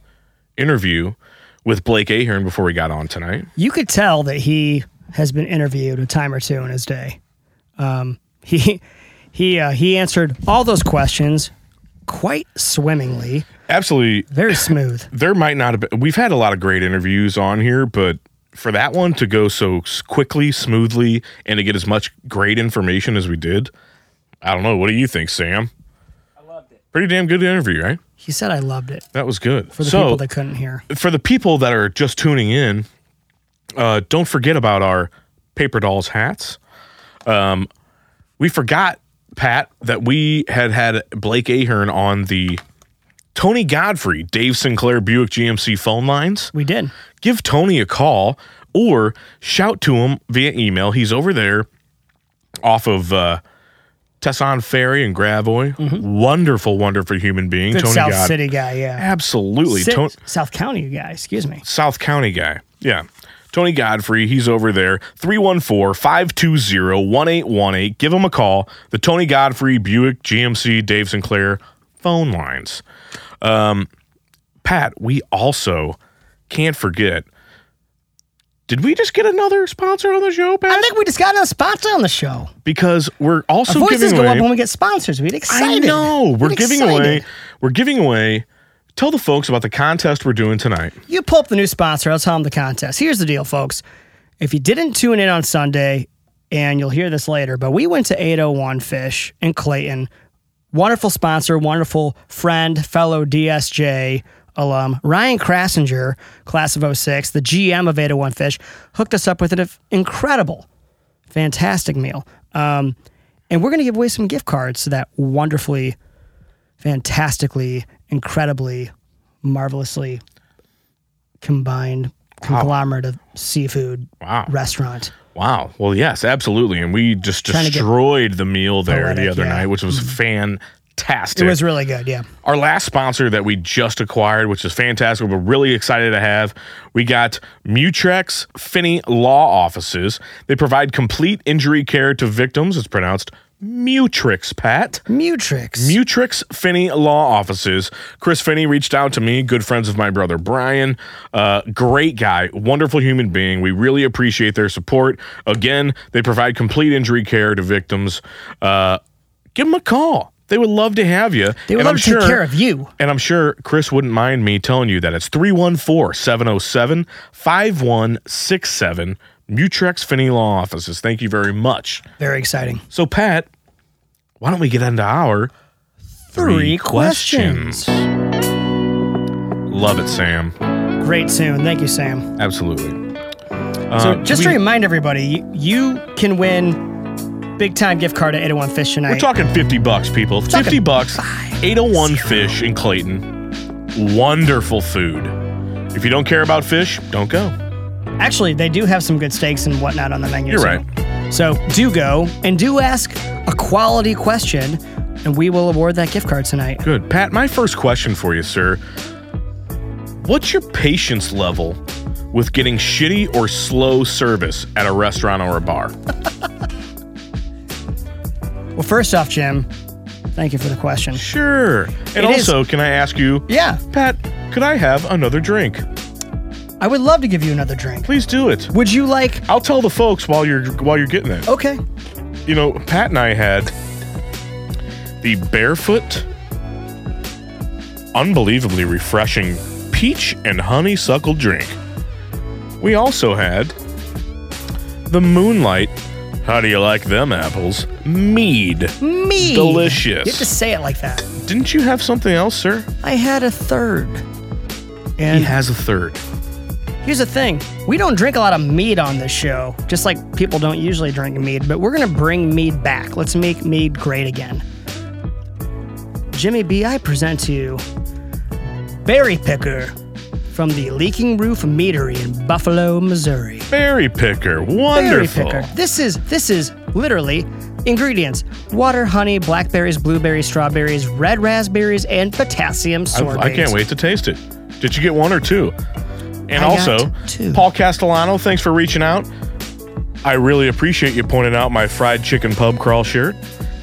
Speaker 2: interview with Blake Ahern before we got on tonight.
Speaker 3: You could tell that he has been interviewed a time or two in his day. Um, <laughs> he he uh, he answered all those questions quite swimmingly,
Speaker 2: Absolutely
Speaker 3: very smooth.
Speaker 2: there might not have been. We've had a lot of great interviews on here, but for that one to go so s- quickly, smoothly, and to get as much great information as we did, I don't know. What do you think, Sam? I loved it. Pretty damn good interview, right?
Speaker 3: He said, "I loved it."
Speaker 2: That was good.
Speaker 3: For the
Speaker 2: so,
Speaker 3: people that couldn't hear,
Speaker 2: for the people that are just tuning in, uh, don't forget about our paper dolls hats. Um, we forgot Pat that we had had Blake Ahern on the Tony Godfrey, Dave Sinclair Buick GMC phone lines
Speaker 3: we did.
Speaker 2: give Tony a call or shout to him via email. He's over there off of uh, Tesson Ferry and Gravoy. Wonderful, wonderful human being.
Speaker 3: Mm-hmm. Good
Speaker 2: Tony
Speaker 3: South
Speaker 2: God.
Speaker 3: City guy, yeah.
Speaker 2: Absolutely.
Speaker 3: Sit-
Speaker 2: Ton-
Speaker 3: South County guy, excuse me.
Speaker 2: South County guy. Yeah. Tony Godfrey, he's over there. 314 520 1818. Give him a call. The Tony Godfrey, Buick, GMC, Dave Sinclair phone lines. Um, Pat, we also can't forget. Did we just get another sponsor on the show,
Speaker 3: I
Speaker 2: Pat?
Speaker 3: think we just got a sponsor on the show.
Speaker 2: Because we're also
Speaker 3: Voices
Speaker 2: giving
Speaker 3: go up
Speaker 2: away.
Speaker 3: when we get sponsors. We get
Speaker 2: I
Speaker 3: excited.
Speaker 2: know. We're
Speaker 3: Get
Speaker 2: giving away.
Speaker 3: excited.
Speaker 2: We're giving away. Tell the folks about the contest we're doing tonight.
Speaker 3: You pull up the new sponsor. I'll tell them the contest. Here's the deal, folks. If you didn't tune in on Sunday, and you'll hear this later, but we went to 801 Fish in Clayton. Wonderful sponsor, wonderful friend, fellow DSJ alum, Ryan Krassinger, class of 06, the GM of 801 Fish, hooked us up with an incredible, fantastic meal. Um, and we're going to give away some gift cards to that wonderfully, fantastically, incredibly, marvelously combined conglomerate of seafood
Speaker 2: Wow.
Speaker 3: restaurant.
Speaker 2: Wow. Well, yes, absolutely. And we just
Speaker 3: Trying to get
Speaker 2: destroyed the meal there the
Speaker 3: poetic,
Speaker 2: other
Speaker 3: yeah. Mm-hmm.
Speaker 2: night, which was fantastic.
Speaker 3: It was really good, yeah.
Speaker 2: Our last sponsor that we just acquired, which is fantastic, we're really excited to have. We got Mutrex Finney Law Offices. They provide complete injury care to victims. It's pronounced Mutrix, Pat.
Speaker 3: Mutrix.
Speaker 2: Mutrix Finney Law Offices. Chris Finney reached out to me, good friends of my brother Brian. Uh, great guy, wonderful human being. We really appreciate their support. Again, they provide complete injury care to victims. Uh, give them a call. They would love to have you.
Speaker 3: they would
Speaker 2: And
Speaker 3: love
Speaker 2: I'm
Speaker 3: to take care of you.
Speaker 2: and I'm sure Chris wouldn't mind me telling you that it's 314 707 5167 Mutrex Finney Law Offices. Thank you very much.
Speaker 3: Very exciting.
Speaker 2: So, Pat, why don't we get into our Three Love it, Sam.
Speaker 3: Great soon. Thank you, Sam.
Speaker 2: Absolutely.
Speaker 3: So
Speaker 2: Uh,
Speaker 3: just
Speaker 2: we-
Speaker 3: to remind everybody, you, you can win big time gift card at 801 Fish tonight.
Speaker 2: We're talking 50 bucks, people. 50 bucks, 801 fish in Clayton. Wonderful food. If you don't care about fish, don't go.
Speaker 3: Actually, they do have some good steaks and whatnot on the menu.
Speaker 2: You're
Speaker 3: so-
Speaker 2: right.
Speaker 3: So do go and do ask a quality question, and we will award that gift card tonight.
Speaker 2: Good. Pat, my first question for you, sir. What's your patience level with getting shitty or slow service at a restaurant or a bar?
Speaker 3: Well, first off, Jim, thank you for the question.
Speaker 2: Sure. And
Speaker 3: It is-
Speaker 2: also, can I ask you,
Speaker 3: Yeah,
Speaker 2: Pat, could I have another drink?
Speaker 3: I would love to give you another drink.
Speaker 2: Please do it.
Speaker 3: Would you like?
Speaker 2: I'll tell the folks while you're while you're getting it.
Speaker 3: Okay.
Speaker 2: you know, Pat and I had the barefoot, unbelievably refreshing peach and honeysuckle drink. We also had the moonlight. How do you like them apples? Mead.
Speaker 3: Me.
Speaker 2: Delicious.
Speaker 3: You have to say it like that.
Speaker 2: Didn't you have something else, sir?
Speaker 3: I had a third. And
Speaker 2: He has a third.
Speaker 3: here's the thing we don't drink a lot of mead on this show, just like people don't usually drink mead, but we're going to bring mead back. Let's make mead great again. Jimmy B, I present to you Berry Picker from the Leaking Roof Meadery in Buffalo, Missouri.
Speaker 2: Berry picker.
Speaker 3: Berry
Speaker 2: Wonderful.
Speaker 3: picker. This is this is literally ingredients: water, honey, blackberries, blueberries, strawberries, red raspberries, and potassium
Speaker 2: I,
Speaker 3: sorbate.
Speaker 2: I can't wait to taste it. Did you get one or two? And
Speaker 3: I got
Speaker 2: also,
Speaker 3: two.
Speaker 2: Paul Castellano, thanks for reaching out. I really appreciate you pointing out my fried chicken pub crawl shirt.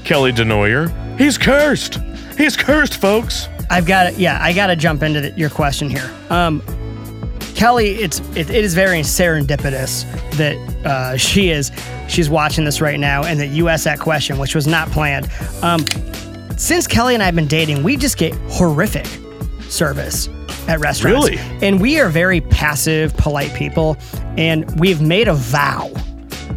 Speaker 2: Kelly Denoyer, he's cursed. He's cursed, folks.
Speaker 3: I've got to, yeah, I got to jump into the, your question here. Um, Kelly, it's it, it is very serendipitous that uh, she is she's watching this right now, and that you asked that question, which was not planned. Um, since Kelly and I've been dating, we just get horrific service at restaurants,
Speaker 2: Really?
Speaker 3: and we are very passive, polite people, and we've made a vow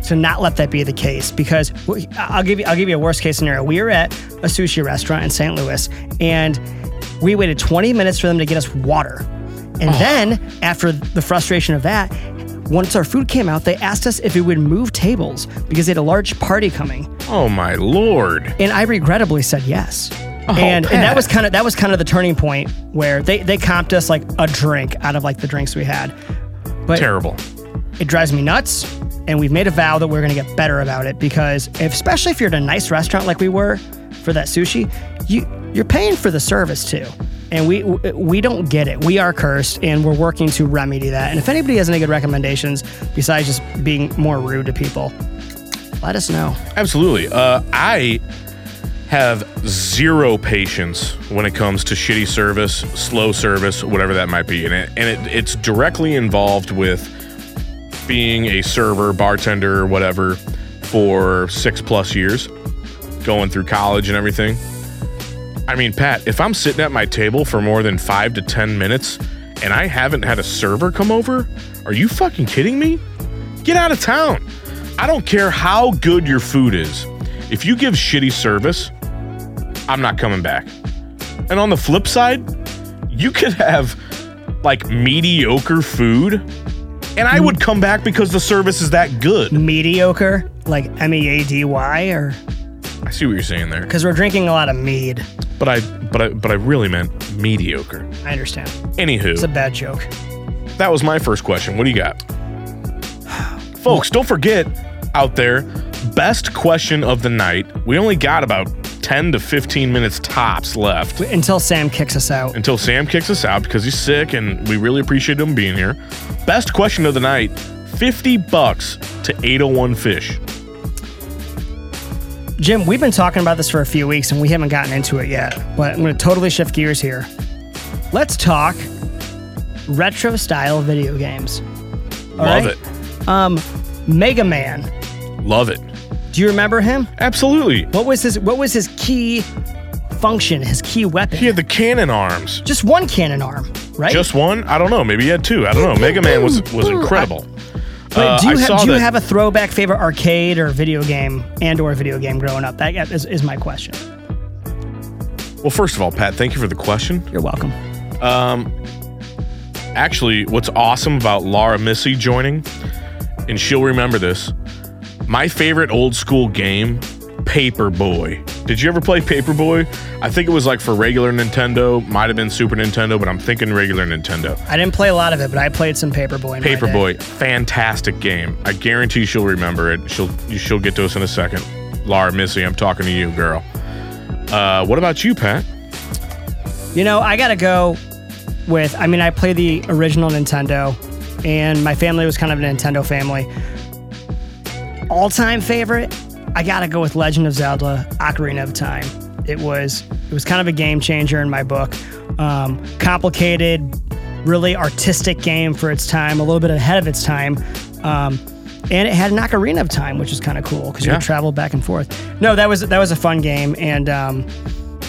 Speaker 3: to not let that be the case because we- I'll give you I'll give you a worst case scenario. We were at a sushi restaurant in St. Louis and we waited 20 minutes for them to get us water. And then after the frustration of that, once our food came out, they asked us if we would move tables because they had a large party coming.
Speaker 2: Oh my lord.
Speaker 3: And I regrettably said yes. and, and that
Speaker 2: Pat.
Speaker 3: was kind of that was kind of the turning point where they they comped us like a drink out of like the drinks we had. But
Speaker 2: Terrible.
Speaker 3: it drives me nuts, and we've made a vow that we're going to get better about it because, if, especially if you're at a nice restaurant like we were for that sushi, you you're paying for the service too, and we we don't get it. We are cursed, and we're working to remedy that. And if anybody has any good recommendations besides just being more rude to people, let us know.
Speaker 2: Absolutely. Uh, I have zero patience when it comes to shitty service, slow service, whatever that might be. And, it, and it, it's directly involved with being a server, bartender, or whatever for six plus years, going through college and everything. I mean, Pat, if I'm sitting at my table for more than five to 10 minutes and I haven't had a server come over, are you fucking kidding me? Get out of town. I don't care how good your food is. If you give shitty service, I'm not coming back. And on the flip side, you could have like mediocre food, and I would come back because the service is that good.
Speaker 3: Mediocre, like M E A D Y, or
Speaker 2: I see what you're saying there,
Speaker 3: because we're drinking a lot of mead.
Speaker 2: but I but I but I really meant mediocre.
Speaker 3: I understand.
Speaker 2: Anywho,
Speaker 3: It's a bad joke.
Speaker 2: That was my first question. What do you got? Folks, don't forget out there, best question of the night. We only got about 10 to 15 minutes tops left
Speaker 3: Until Sam kicks us out.
Speaker 2: until Sam kicks us out because he's sick and we really appreciate him being here. Best question of the night 50 bucks to 801 Fish.
Speaker 3: Jim, we've been talking about this for a few weeks and we haven't gotten into it yet, but I'm going to totally shift gears here. Let's talk retro style video games. All
Speaker 2: Love
Speaker 3: right? Mega Man.
Speaker 2: it. Love it.
Speaker 3: Do you remember him?
Speaker 2: Absolutely.
Speaker 3: What was his what was his key function, his key weapon?
Speaker 2: He had the cannon arms.
Speaker 3: Just one cannon arm, right?
Speaker 2: Just one? I don't know. Maybe he had two. I don't know. Mega Man was was incredible.
Speaker 3: But
Speaker 2: Uh,
Speaker 3: do you,
Speaker 2: I
Speaker 3: have,
Speaker 2: saw
Speaker 3: do you
Speaker 2: that-
Speaker 3: have a throwback favorite arcade or video game and or video game growing up? That is, is my question.
Speaker 2: Well, first of all, Pat, thank you for the question.
Speaker 3: You're welcome.
Speaker 2: Um, actually, what's awesome about Laura Missy joining and she'll remember this. My favorite old school game, Paperboy. Did you ever play Paperboy? I think it was like for regular Nintendo, might have been Super Nintendo, but I'm thinking regular Nintendo.
Speaker 3: I didn't play a lot of it, but I played some Paperboy. in my day.
Speaker 2: Paperboy, fantastic game. I guarantee she'll remember it. She'll she'll get to us in a second. Laura, Missy, I'm talking to you, girl. Uh, what about you, Pat?
Speaker 3: You know, I gotta go with. I mean, I played the original Nintendo, and my family was kind of a Nintendo family. All time favorite, I gotta go with Legend of Zelda: Ocarina of Time. It was it was kind of a game changer in my book. Um, complicated, really artistic game for its time, a little bit ahead of its time. Um, and it had an ocarina of time, which is kind of cool because you
Speaker 2: Yeah.
Speaker 3: could travel back and forth. No, that was that was a fun game, and um,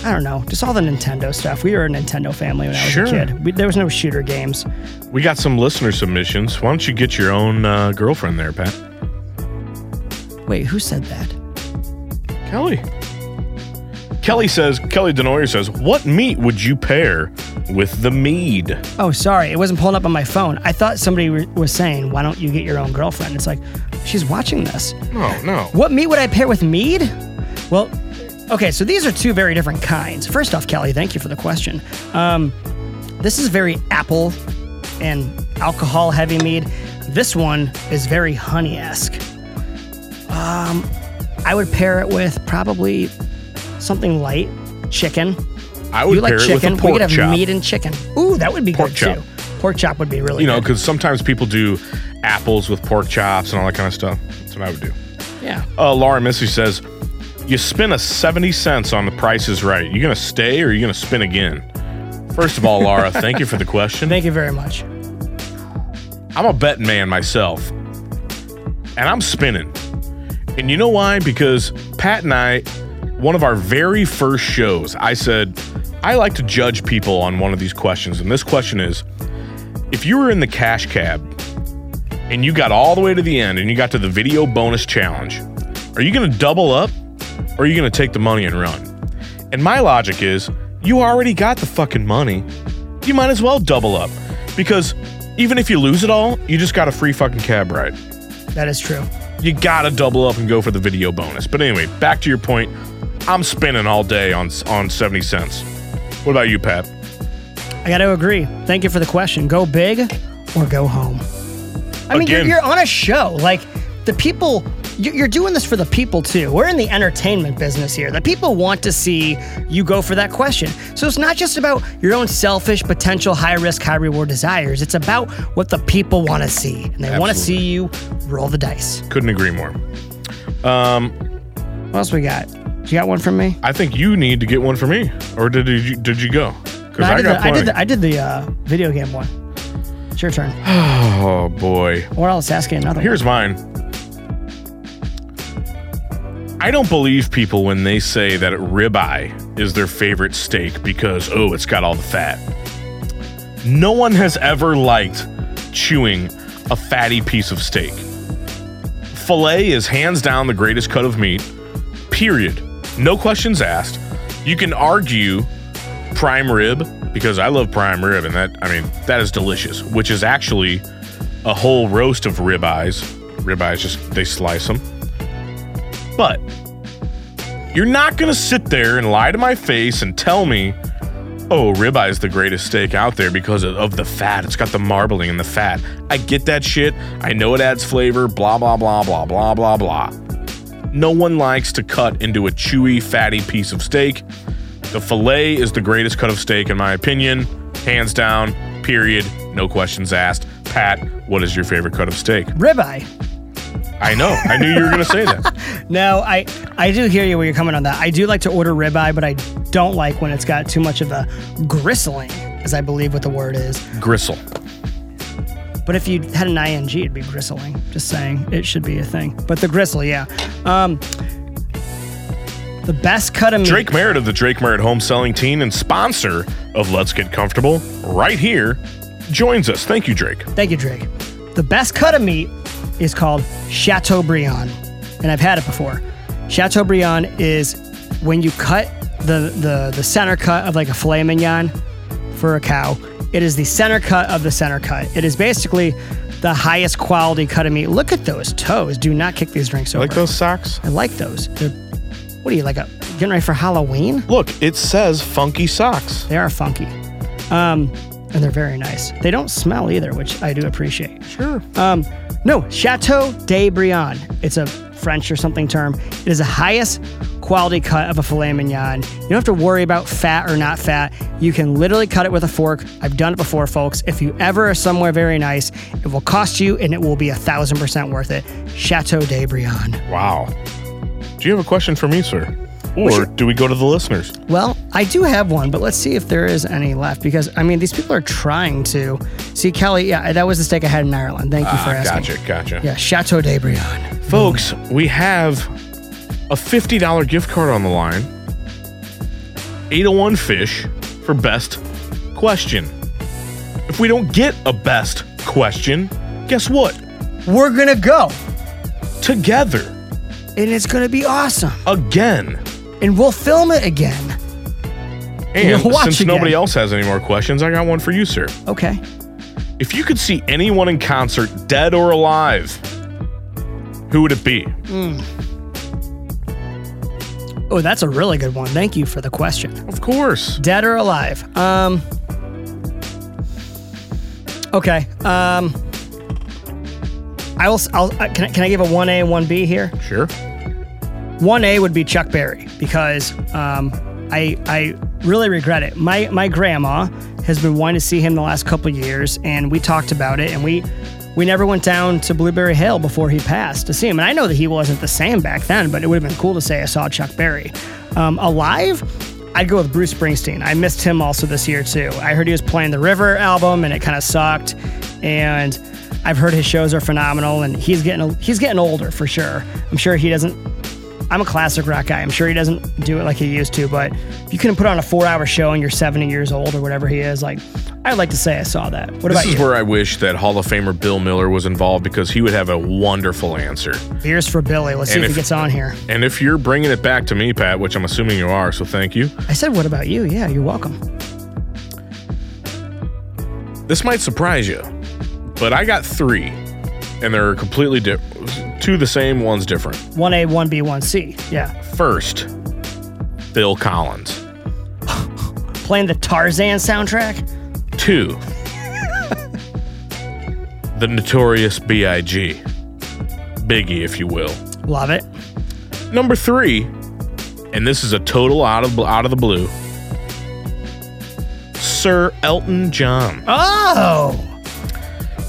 Speaker 3: I don't know, just all the Nintendo stuff. We were a Nintendo family when I was
Speaker 2: Sure.
Speaker 3: a kid. We, there was no shooter games.
Speaker 2: We got some listener submissions. Why don't you get your own uh, girlfriend there, Pat?
Speaker 3: Wait, who said that?
Speaker 2: Kelly. Kelly says, Kelly Denoyer says, what meat would you pair with the mead?
Speaker 3: Oh, sorry, it wasn't pulling up on my phone. I thought somebody were- was saying, "Why don't you get your own girlfriend?" It's like she's watching this.
Speaker 2: No, no.
Speaker 3: What meat would I pair with mead? Well, okay, so these are two very different kinds. First off, Kelly, thank you for the question. Um, this is very apple and alcohol heavy mead. This one is very honey esque. Um, I would pair it with probably something light, chicken.
Speaker 2: I would
Speaker 3: you like
Speaker 2: pair it with
Speaker 3: chicken?
Speaker 2: a pork
Speaker 3: we could have
Speaker 2: chop.
Speaker 3: meat and chicken. Ooh, that would be
Speaker 2: Pork
Speaker 3: good
Speaker 2: chop.
Speaker 3: too. Pork chop would be really
Speaker 2: you know,
Speaker 3: good.
Speaker 2: because sometimes people do apples with pork chops and all that kind of stuff. That's what I would do.
Speaker 3: yeah.
Speaker 2: Uh, Laura Missy says, you spin a 70 cents on the price is right. You going to stay or you going to spin again? First of all, Laura, thank you for the question.
Speaker 3: Thank you very much.
Speaker 2: I'm a betting man myself. And I'm spinning. And you know why? Because Pat and I, one of our very first shows, I said, I like to judge people on one of these questions. And this question is if you were in the cash cab and you got all the way to the end and you got to the video bonus challenge, are you going to double up or are you going to take the money and run? And my logic is you already got the fucking money. You might as well double up because even if you lose it all, you just got a free fucking cab ride
Speaker 3: That is true.
Speaker 2: you gotta double up and go for the video bonus. But anyway, back to your point. I'm spinning all day on on seventy cents. What about you, Pat?
Speaker 3: I got to agree. Thank you for the question. Go big or go home. I mean, you're,
Speaker 2: Again.
Speaker 3: you're on a show. Like, the people, you- you're doing this for the people too. We're in the entertainment business here. The people want to see you go for that question. So it's not just about your own selfish, potential high risk, high reward desires. It's about what the people want to see. And they want to
Speaker 2: Absolutely.
Speaker 3: see you roll the dice.
Speaker 2: Couldn't agree more.
Speaker 3: What else we got? You got one from me?
Speaker 2: I think you need to get one for me, or did you did you go? 'Cause
Speaker 3: No, I, did the, I
Speaker 2: plenty.
Speaker 3: did the, I did the uh, video game one. It's
Speaker 2: <gasps>
Speaker 3: your turn.
Speaker 2: Oh boy.
Speaker 3: Or else ask you another one.
Speaker 2: Here's mine. I don't believe people when they say that ribeye is their favorite steak because, oh, it's got all the fat. No one has ever liked chewing a fatty piece of steak. Filet is hands down the greatest cut of meat, period. No questions asked. You can argue prime rib because I love prime rib, and that, I mean, that is delicious, which is actually a whole roast of ribeyes. Ribeyes just they slice them. But you're not gonna sit there and lie to my face and tell me, oh, ribeye is the greatest steak out there because of, of the fat. It's got the marbling and the fat. I get that shit. I know it adds flavor. Blah blah blah blah blah blah blah. No one likes to cut into a chewy, fatty piece of steak. The filet is the greatest cut of steak, in my opinion. Hands down, period. No questions asked. Pat, what is your favorite cut of steak?
Speaker 3: Ribeye.
Speaker 2: I know. I knew you were going to say that.
Speaker 3: No, I I do hear you where you're coming on that. I do like to order ribeye, but I don't like when it's got too much of a gristling, as I believe what the word is.
Speaker 2: Gristle.
Speaker 3: But if you had an ing, it'd be gristling. Just saying, it should be a thing. But the gristle, yeah. Um, the best cut of meat.
Speaker 2: Drake Merritt of the Drake Merritt Home Selling Team and sponsor of Let's Get Comfortable right here joins us. Thank you, Drake.
Speaker 3: Thank you, Drake. The best cut of meat is called Chateaubriand, and I've had it before. Chateaubriand is when you cut the the the center cut of like a filet mignon for a cow. It is the center cut of the center cut. It is basically the highest quality cut of meat. Look at those toes. Do not kick these drinks over.
Speaker 2: Like those socks?
Speaker 3: I like those. They're, what are you, like a, getting ready for Halloween?
Speaker 2: Look, it says funky socks.
Speaker 3: They are funky. Um, and they're very nice. They don't smell either, which I do appreciate.
Speaker 2: Sure.
Speaker 3: Um, no, Chateau de Briand. It's a French or something term. It is the highest quality cut of a filet mignon. You don't have to worry about fat or not fat. You can literally cut it with a fork. I've done it before, folks. If you ever are somewhere very nice, it will cost you and it will be a thousand percent worth it. Chateau de Briand.
Speaker 2: Wow. Do you have a question for me, sir? Or do we go to the listeners?
Speaker 3: Well, I do have one, but let's see if there is any left because I mean these people are trying to see Kelly. Yeah, that was the steak I had in Ireland. Thank you for
Speaker 2: Ah,
Speaker 3: asking.
Speaker 2: gotcha, gotcha.
Speaker 3: Yeah, Chateau de Briand.
Speaker 2: Folks, we have a $50 gift card on the line. 801 Fish for best question. If we don't get a best question, guess what?
Speaker 3: We're gonna go,
Speaker 2: Together
Speaker 3: and it's gonna be awesome.
Speaker 2: again.
Speaker 3: And we'll film it again.
Speaker 2: And
Speaker 3: You'll watch
Speaker 2: since
Speaker 3: again.
Speaker 2: nobody else has any more questions, I got one for you, sir.
Speaker 3: Okay.
Speaker 2: If you could see anyone in concert, dead or alive, who would it be?
Speaker 3: Oh, that's a really good one. Thank you for the question.
Speaker 2: Of course.
Speaker 3: Dead or alive? Um. Okay. Um. I will. s- I'll, I, can, I, can I give a one A and one B here?
Speaker 2: Sure.
Speaker 3: One A would be Chuck Berry because um, I I really regret it. My my grandma has been wanting to see him the last couple years, and we talked about it, and we we never went down to Blueberry Hill before he passed to see him. And I know that he wasn't the same back then, but it would have been cool to say I saw Chuck Berry um, alive. I'd go with Bruce Springsteen. I missed him also this year too. I heard he was playing the River album, and it kind of sucked. And I've heard his shows are phenomenal, and he's getting he's getting older for sure. I'm sure he doesn't I'm a classic rock guy. I'm sure he doesn't do it like he used to, but if you can put on a four hour show and you're 70 years old or whatever he is, like, I'd like to say I saw that. What
Speaker 2: This
Speaker 3: about
Speaker 2: is
Speaker 3: you?
Speaker 2: where I wish that Hall of Famer Bill Miller was involved because he would have a wonderful answer.
Speaker 3: Here's for Billy. Let's see
Speaker 2: And
Speaker 3: if, he
Speaker 2: if-
Speaker 3: gets on here.
Speaker 2: And if you're bringing it back to me, Pat, which I'm assuming you are, so thank you.
Speaker 3: I said, What about you? Yeah, you're welcome.
Speaker 2: This might surprise you, but I got three, and they're completely different. Two the same, one's different.
Speaker 3: 1A, 1B, 1C. Yeah.
Speaker 2: First, Phil Collins.
Speaker 3: Playing the Tarzan soundtrack.
Speaker 2: Two, <laughs> the notorious B.I.G. Biggie, if you will.
Speaker 3: Love it.
Speaker 2: Number three, and this is a total out of out of the blue. Sir Elton John.
Speaker 3: Oh,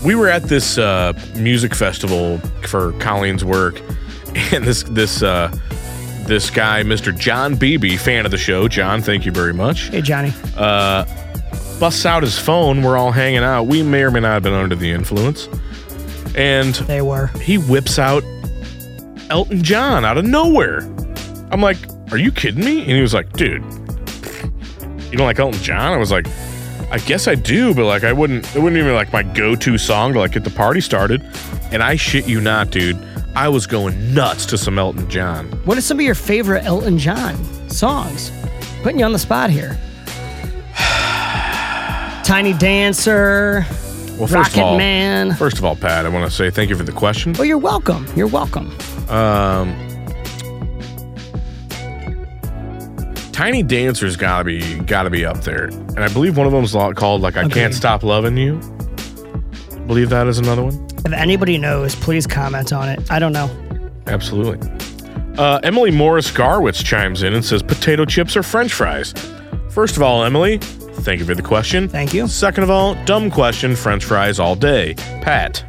Speaker 2: we were at this uh, music festival for Colleen's work, <laughs> and this this uh, this guy, Mr. John Beebe, fan of the show. John, thank you very much.
Speaker 3: hey, Johnny.
Speaker 2: Busts out his phone. We're all hanging out. We may or may not have been under the influence, and
Speaker 3: They were.
Speaker 2: he whips out Elton John out of nowhere. I'm like, are you kidding me? And he was like, dude, you don't like Elton John? I was like, I guess I do, but like I wouldn't it wouldn't even be, like my go-to song to like get the party started. And I shit you not, dude. I was going nuts to some Elton John.
Speaker 3: What are some of your favorite Elton John songs? Putting you on the spot here. <sighs> Tiny Dancer,
Speaker 2: Well, first
Speaker 3: Rocket
Speaker 2: of all,
Speaker 3: Man.
Speaker 2: first of all, Pat, I want to say thank you for the question.
Speaker 3: Well, you're welcome. You're welcome.
Speaker 2: Tiny Dancer's gotta be gotta be up there, and I believe one of them's called like "I Can't
Speaker 3: Agreed.
Speaker 2: Stop Loving You." Believe that is another one.
Speaker 3: If anybody knows, please comment on it. I don't know.
Speaker 2: Absolutely. Uh, Emily Morris Garwitz chimes in and says potato chips or french fries. First of all, Emily, thank you for the question.
Speaker 3: Thank you.
Speaker 2: Second of all, dumb question french fries all day. Pat.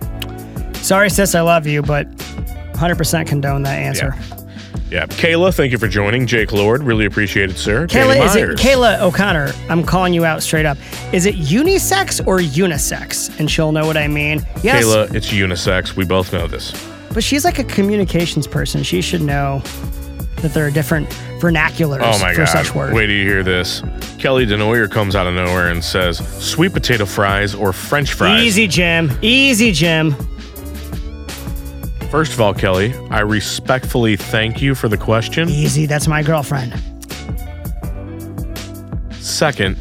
Speaker 3: Sorry, sis, I love you, but 100% condone that answer.
Speaker 2: Yeah. Kayla, thank you for joining. Jake Lord, really appreciate it, sir. Danny
Speaker 3: Kayla, is it
Speaker 2: Myers.
Speaker 3: Kayla O'Connor? I'm calling you out straight up. Is it unisex or unisex? And she'll know what I mean. Yes,
Speaker 2: Kayla, it's unisex. We both know this.
Speaker 3: but she's like a communications person. She should know that there are different vernaculars
Speaker 2: Oh my
Speaker 3: for
Speaker 2: god.
Speaker 3: such words.
Speaker 2: Wait till you hear this. Kelly Denoyer comes out of nowhere and says, sweet potato fries or french fries.
Speaker 3: Easy, Jim. Easy, Jim.
Speaker 2: First of all, Kelly, I respectfully thank you for the question.
Speaker 3: Easy. That's my girlfriend.
Speaker 2: Second,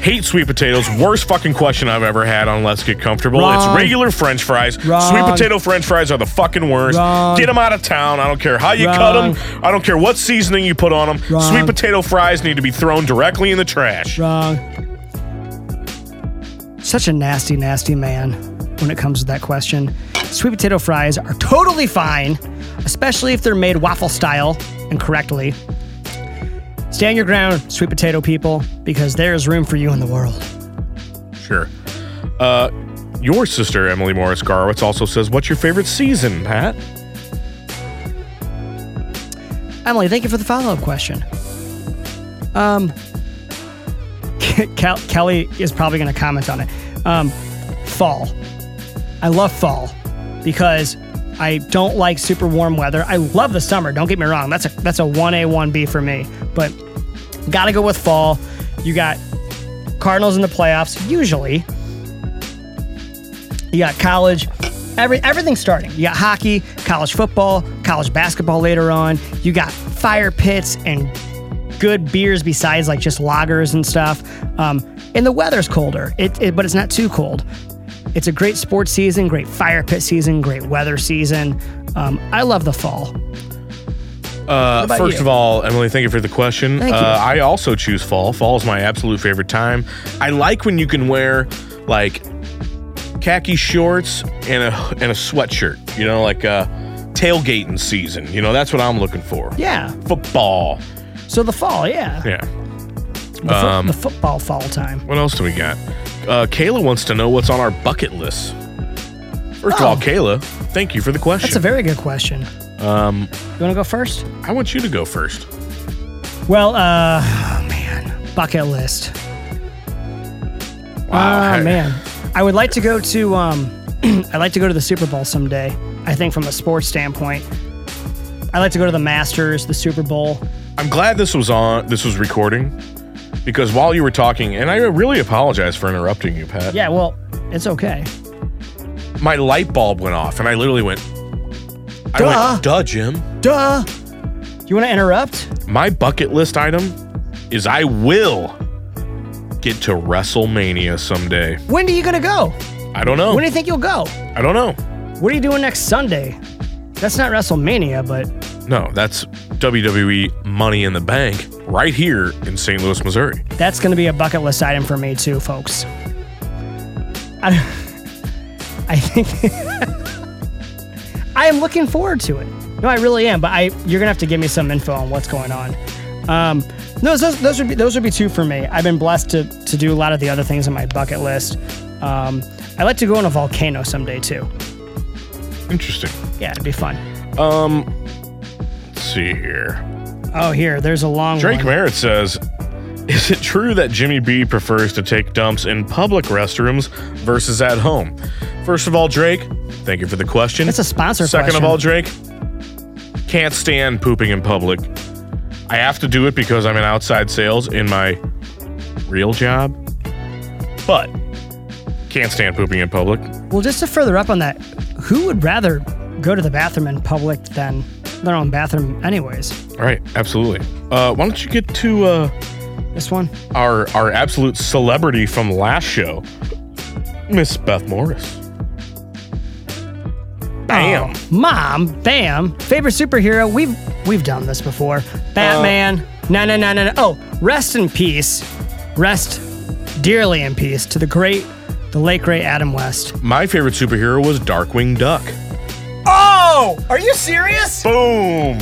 Speaker 2: Hate sweet potatoes. Worst fucking question I've ever had on Let's Get Comfortable.
Speaker 3: Wrong.
Speaker 2: It's regular French fries.
Speaker 3: Wrong.
Speaker 2: Sweet potato French fries are the fucking worst.
Speaker 3: Wrong.
Speaker 2: Get them out of town. I don't care how you cut 'em.
Speaker 3: Wrong.
Speaker 2: cut them. I don't care what seasoning you put on them.
Speaker 3: Wrong.
Speaker 2: Sweet potato fries need to be thrown directly in the trash.
Speaker 3: Wrong. Such a nasty, nasty man when it comes to that question. Sweet potato fries are totally fine, especially if they're made waffle style and correctly. Stand your ground, sweet potato people, because there is room for you in the world.
Speaker 2: Sure. Uh, your sister Emily Morris Garowitz also says, "What's your favorite season, Pat?"
Speaker 3: Emily, thank you for the follow up question. Um, Kel- Kelly is probably going to comment on it. Um, fall. I love fall because I don't like super warm weather. I love the summer. Don't get me wrong. That's a that's a one A one B for me. But gotta go with fall. You got Cardinals in the playoffs usually. You got college, every everything's starting. You got hockey, college football, college basketball later on. You got fire pits and good beers besides like just lagers and stuff. Um, and the weather's colder, it, it, but it's not too cold. It's a great sports season, great fire pit season, great weather season. Um, I love the fall.
Speaker 2: Uh,
Speaker 3: about
Speaker 2: first
Speaker 3: you?
Speaker 2: of all, Emily, thank you for the question.
Speaker 3: Thank you.
Speaker 2: Uh, I also choose fall. Fall is my absolute favorite time. I like when you can wear like khaki shorts and a and a sweatshirt. You know, like uh, tailgating season. You know, that's what I'm looking for.
Speaker 3: Yeah.
Speaker 2: Football.
Speaker 3: So the fall, yeah.
Speaker 2: Yeah.
Speaker 3: The, fo-
Speaker 2: Um,
Speaker 3: the football fall time.
Speaker 2: What else do we got? Uh, Kayla wants to know what's on our bucket list. First of
Speaker 3: Oh.
Speaker 2: all, Kayla, thank you for the question.
Speaker 3: That's a very good question. You
Speaker 2: um,
Speaker 3: want to go first?
Speaker 2: I want you to go first.
Speaker 3: Well, uh, oh man, bucket list. Ah
Speaker 2: I-
Speaker 3: man, I would like to go to um, <clears throat> I'd like to go to the Super Bowl someday. I think from a sports standpoint, I'd like to go to the Masters, the Super Bowl.
Speaker 2: I'm glad this was on. This was recording because while you were talking, and I really apologize for interrupting you, Pat.
Speaker 3: Yeah, well, it's okay.
Speaker 2: My light bulb went off, and I literally went. I
Speaker 3: Duh.
Speaker 2: went, duh, Jim.
Speaker 3: Duh. You want to interrupt?
Speaker 2: My bucket list item is I will get to WrestleMania someday.
Speaker 3: When are you gonna go?
Speaker 2: I don't know.
Speaker 3: When do you think you'll go?
Speaker 2: I don't know.
Speaker 3: What are you doing next Sunday? That's not WrestleMania, but
Speaker 2: No, that's WWE Money in the Bank right here in St. Louis, Missouri.
Speaker 3: that's going to be a bucket list item for me too, folks. I, <laughs> I think <laughs> I am looking forward to it. No, I really am. But I, you're gonna have to give me some info on what's going on. Um, no, those, those would be those would be two for me. I've been blessed to to do a lot of the other things on my bucket list. Um, I like to go on a volcano someday too.
Speaker 2: Interesting.
Speaker 3: Yeah, it'd be fun.
Speaker 2: Um, let's see here.
Speaker 3: Oh, here, there's a long
Speaker 2: Drake
Speaker 3: one.
Speaker 2: Merritt says, "Is it true that Jimmy B prefers to take dumps in public restrooms versus at home?" First of all, Drake, thank you for the question.
Speaker 3: That's a sponsor
Speaker 2: Second
Speaker 3: question.
Speaker 2: of all, Drake, can't stand pooping in public. I have to do it because I'm in outside sales in my real job, but can't stand pooping in public.
Speaker 3: Well, just to further up on that, who would rather go to the bathroom in public than their own bathroom, anyways?
Speaker 2: All right, absolutely. Uh, why don't you get to uh,
Speaker 3: This one?
Speaker 2: our our absolute celebrity from last show, Miss Beth Morris. Bam.
Speaker 3: Oh, mom, bam. Favorite superhero? We've we've done this before. Batman. No, no, no, no, no. Oh, rest in peace. Rest dearly in peace to the great, the late great Adam West.
Speaker 2: My favorite superhero was Darkwing Duck.
Speaker 3: Oh, are you serious?
Speaker 2: Boom.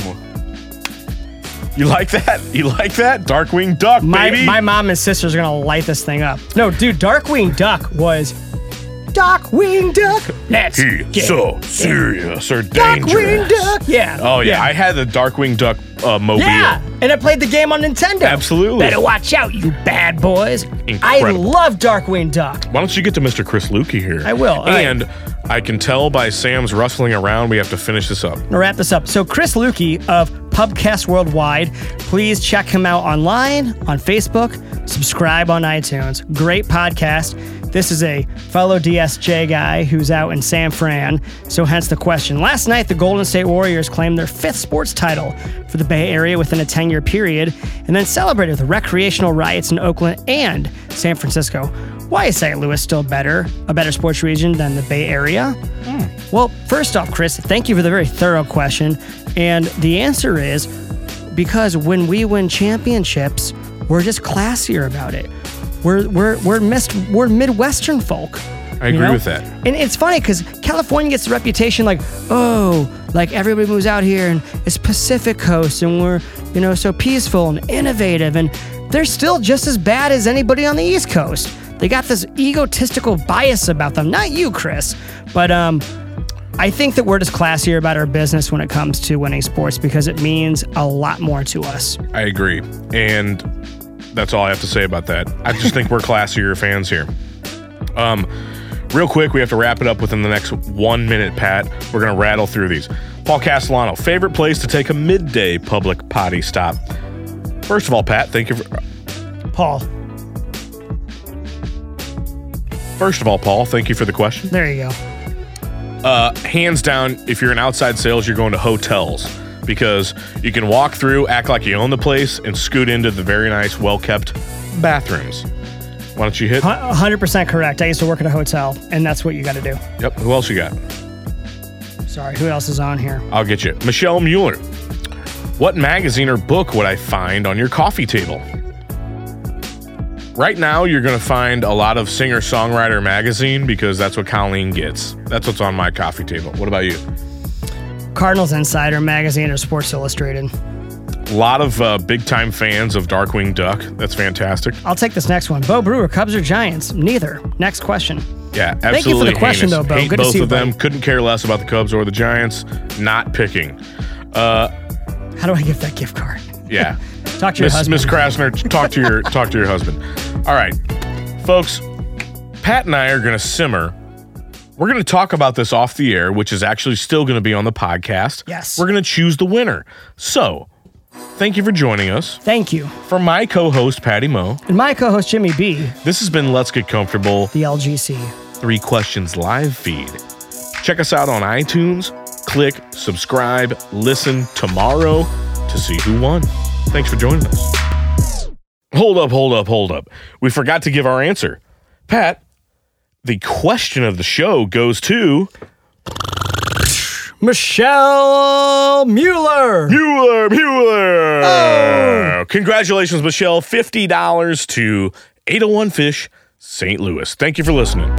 Speaker 2: You like that? You like that? Darkwing Duck,
Speaker 3: My
Speaker 2: baby.
Speaker 3: my mom and sisters are gonna light this thing up. No, dude, Darkwing Duck was Darkwing Duck. Let's
Speaker 2: he
Speaker 3: get
Speaker 2: so serious or
Speaker 3: Darkwing
Speaker 2: dangerous.
Speaker 3: Duck. Yeah.
Speaker 2: Oh yeah, I had the Darkwing Duck uh, mobile.
Speaker 3: Yeah, and I played the game on Nintendo.
Speaker 2: Absolutely.
Speaker 3: Better watch out, you bad boys. I
Speaker 2: Incredible.
Speaker 3: love Darkwing Duck.
Speaker 2: Why don't you get to Mr. Chris Lukey here?
Speaker 3: I will, all right.
Speaker 2: And I can tell by Sam's rustling around, we have to finish this up.
Speaker 3: to wrap this up. So, Chris Lukey of Pubcast Worldwide, please check him out online, on Facebook, subscribe on iTunes. Great podcast. This is a fellow DSJ guy who's out in San Fran, so hence the question. Last night, the Golden State Warriors claimed their fifth sports title for the Bay Area within a 10 year period and then celebrated the recreational riots in Oakland and San Francisco. Why is St. Louis still better, a better sports region than the Bay Area? Well, first off, Chris, thank you for the very thorough question. And the answer is because when we win championships, we're just classier about it. We're we're we're missed, we're Midwestern folk.
Speaker 2: I
Speaker 3: you
Speaker 2: agree
Speaker 3: know?
Speaker 2: with that.
Speaker 3: And it's funny because California gets the reputation like, oh, like everybody moves out here and it's Pacific Coast and we're, you know, so peaceful and innovative. And they're still just as bad as anybody on the East Coast. They got this egotistical bias about them. Not you, Chris, but um, I think that we're just classier about our business when it comes to winning sports because it means a lot more to us.
Speaker 2: I agree. And that's all I have to say about that. I just think we're classier fans here. Um, real quick, we have to wrap it up within the next one minute, Pat. We're going to rattle through these. Paul Castellano, favorite place to take a midday public potty stop? First of all, Pat, thank you. For,
Speaker 3: Paul,
Speaker 2: first of all, Paul, thank you for the question.
Speaker 3: there you go.
Speaker 2: uh, hands down, if you're an outside sales, you're going to hotels because you can walk through, act like you own the place, and scoot into the very nice, well kept bathrooms. Why don't you hit?
Speaker 3: Hu- 100% correct. I used to work at a hotel, and that's what you got to do.
Speaker 2: Yep. Who else you got?
Speaker 3: Sorry, who else is on here?
Speaker 2: I'll get you. Michelle Mueller. What magazine or book would I find on your coffee table? Right now, you're going to find a lot of singer songwriter magazine because that's what Colleen gets. That's what's on my coffee table. What about you?
Speaker 3: Cardinals Insider Magazine or Sports Illustrated.
Speaker 2: A lot of uh, big time fans of Darkwing Duck. That's fantastic.
Speaker 3: I'll take this next one. Bo Brewer, Cubs or Giants? Neither. Next question.
Speaker 2: Yeah, absolutely.
Speaker 3: Thank you for the question,
Speaker 2: heinous.
Speaker 3: though, Bo.
Speaker 2: Hate
Speaker 3: Good to
Speaker 2: both
Speaker 3: see you,
Speaker 2: of them.
Speaker 3: buddy.
Speaker 2: Couldn't care less about the Cubs or the Giants. Not picking.
Speaker 3: How do I get that gift card? <laughs>
Speaker 2: Yeah,
Speaker 3: Talk to your
Speaker 2: Miss,
Speaker 3: husband.
Speaker 2: Miss Krasner, talk to
Speaker 3: <laughs>
Speaker 2: your talk to your husband. All right, folks. Pat and I are going to simmer. We're going to talk about this off the air, which is actually still going to be on the podcast.
Speaker 3: Yes.
Speaker 2: we're going to choose the winner. So, thank you for joining us.
Speaker 3: Thank you.
Speaker 2: For my co-host Patty Mo,
Speaker 3: And my co-host Jimmy B,
Speaker 2: this has been Let's Get Comfortable.
Speaker 3: the LGC.
Speaker 2: Three Questions live feed. Check us out on iTunes. Click, subscribe, listen tomorrow to see who won. Thanks for joining us. Hold up, hold up, hold up. We forgot to give our answer. Pat, the question of the show goes to
Speaker 3: Michelle Mueller.
Speaker 2: Mueller, Mueller. Congratulations, oh Michelle. $50 to 801 Fish, St. Louis. Thank you for listening.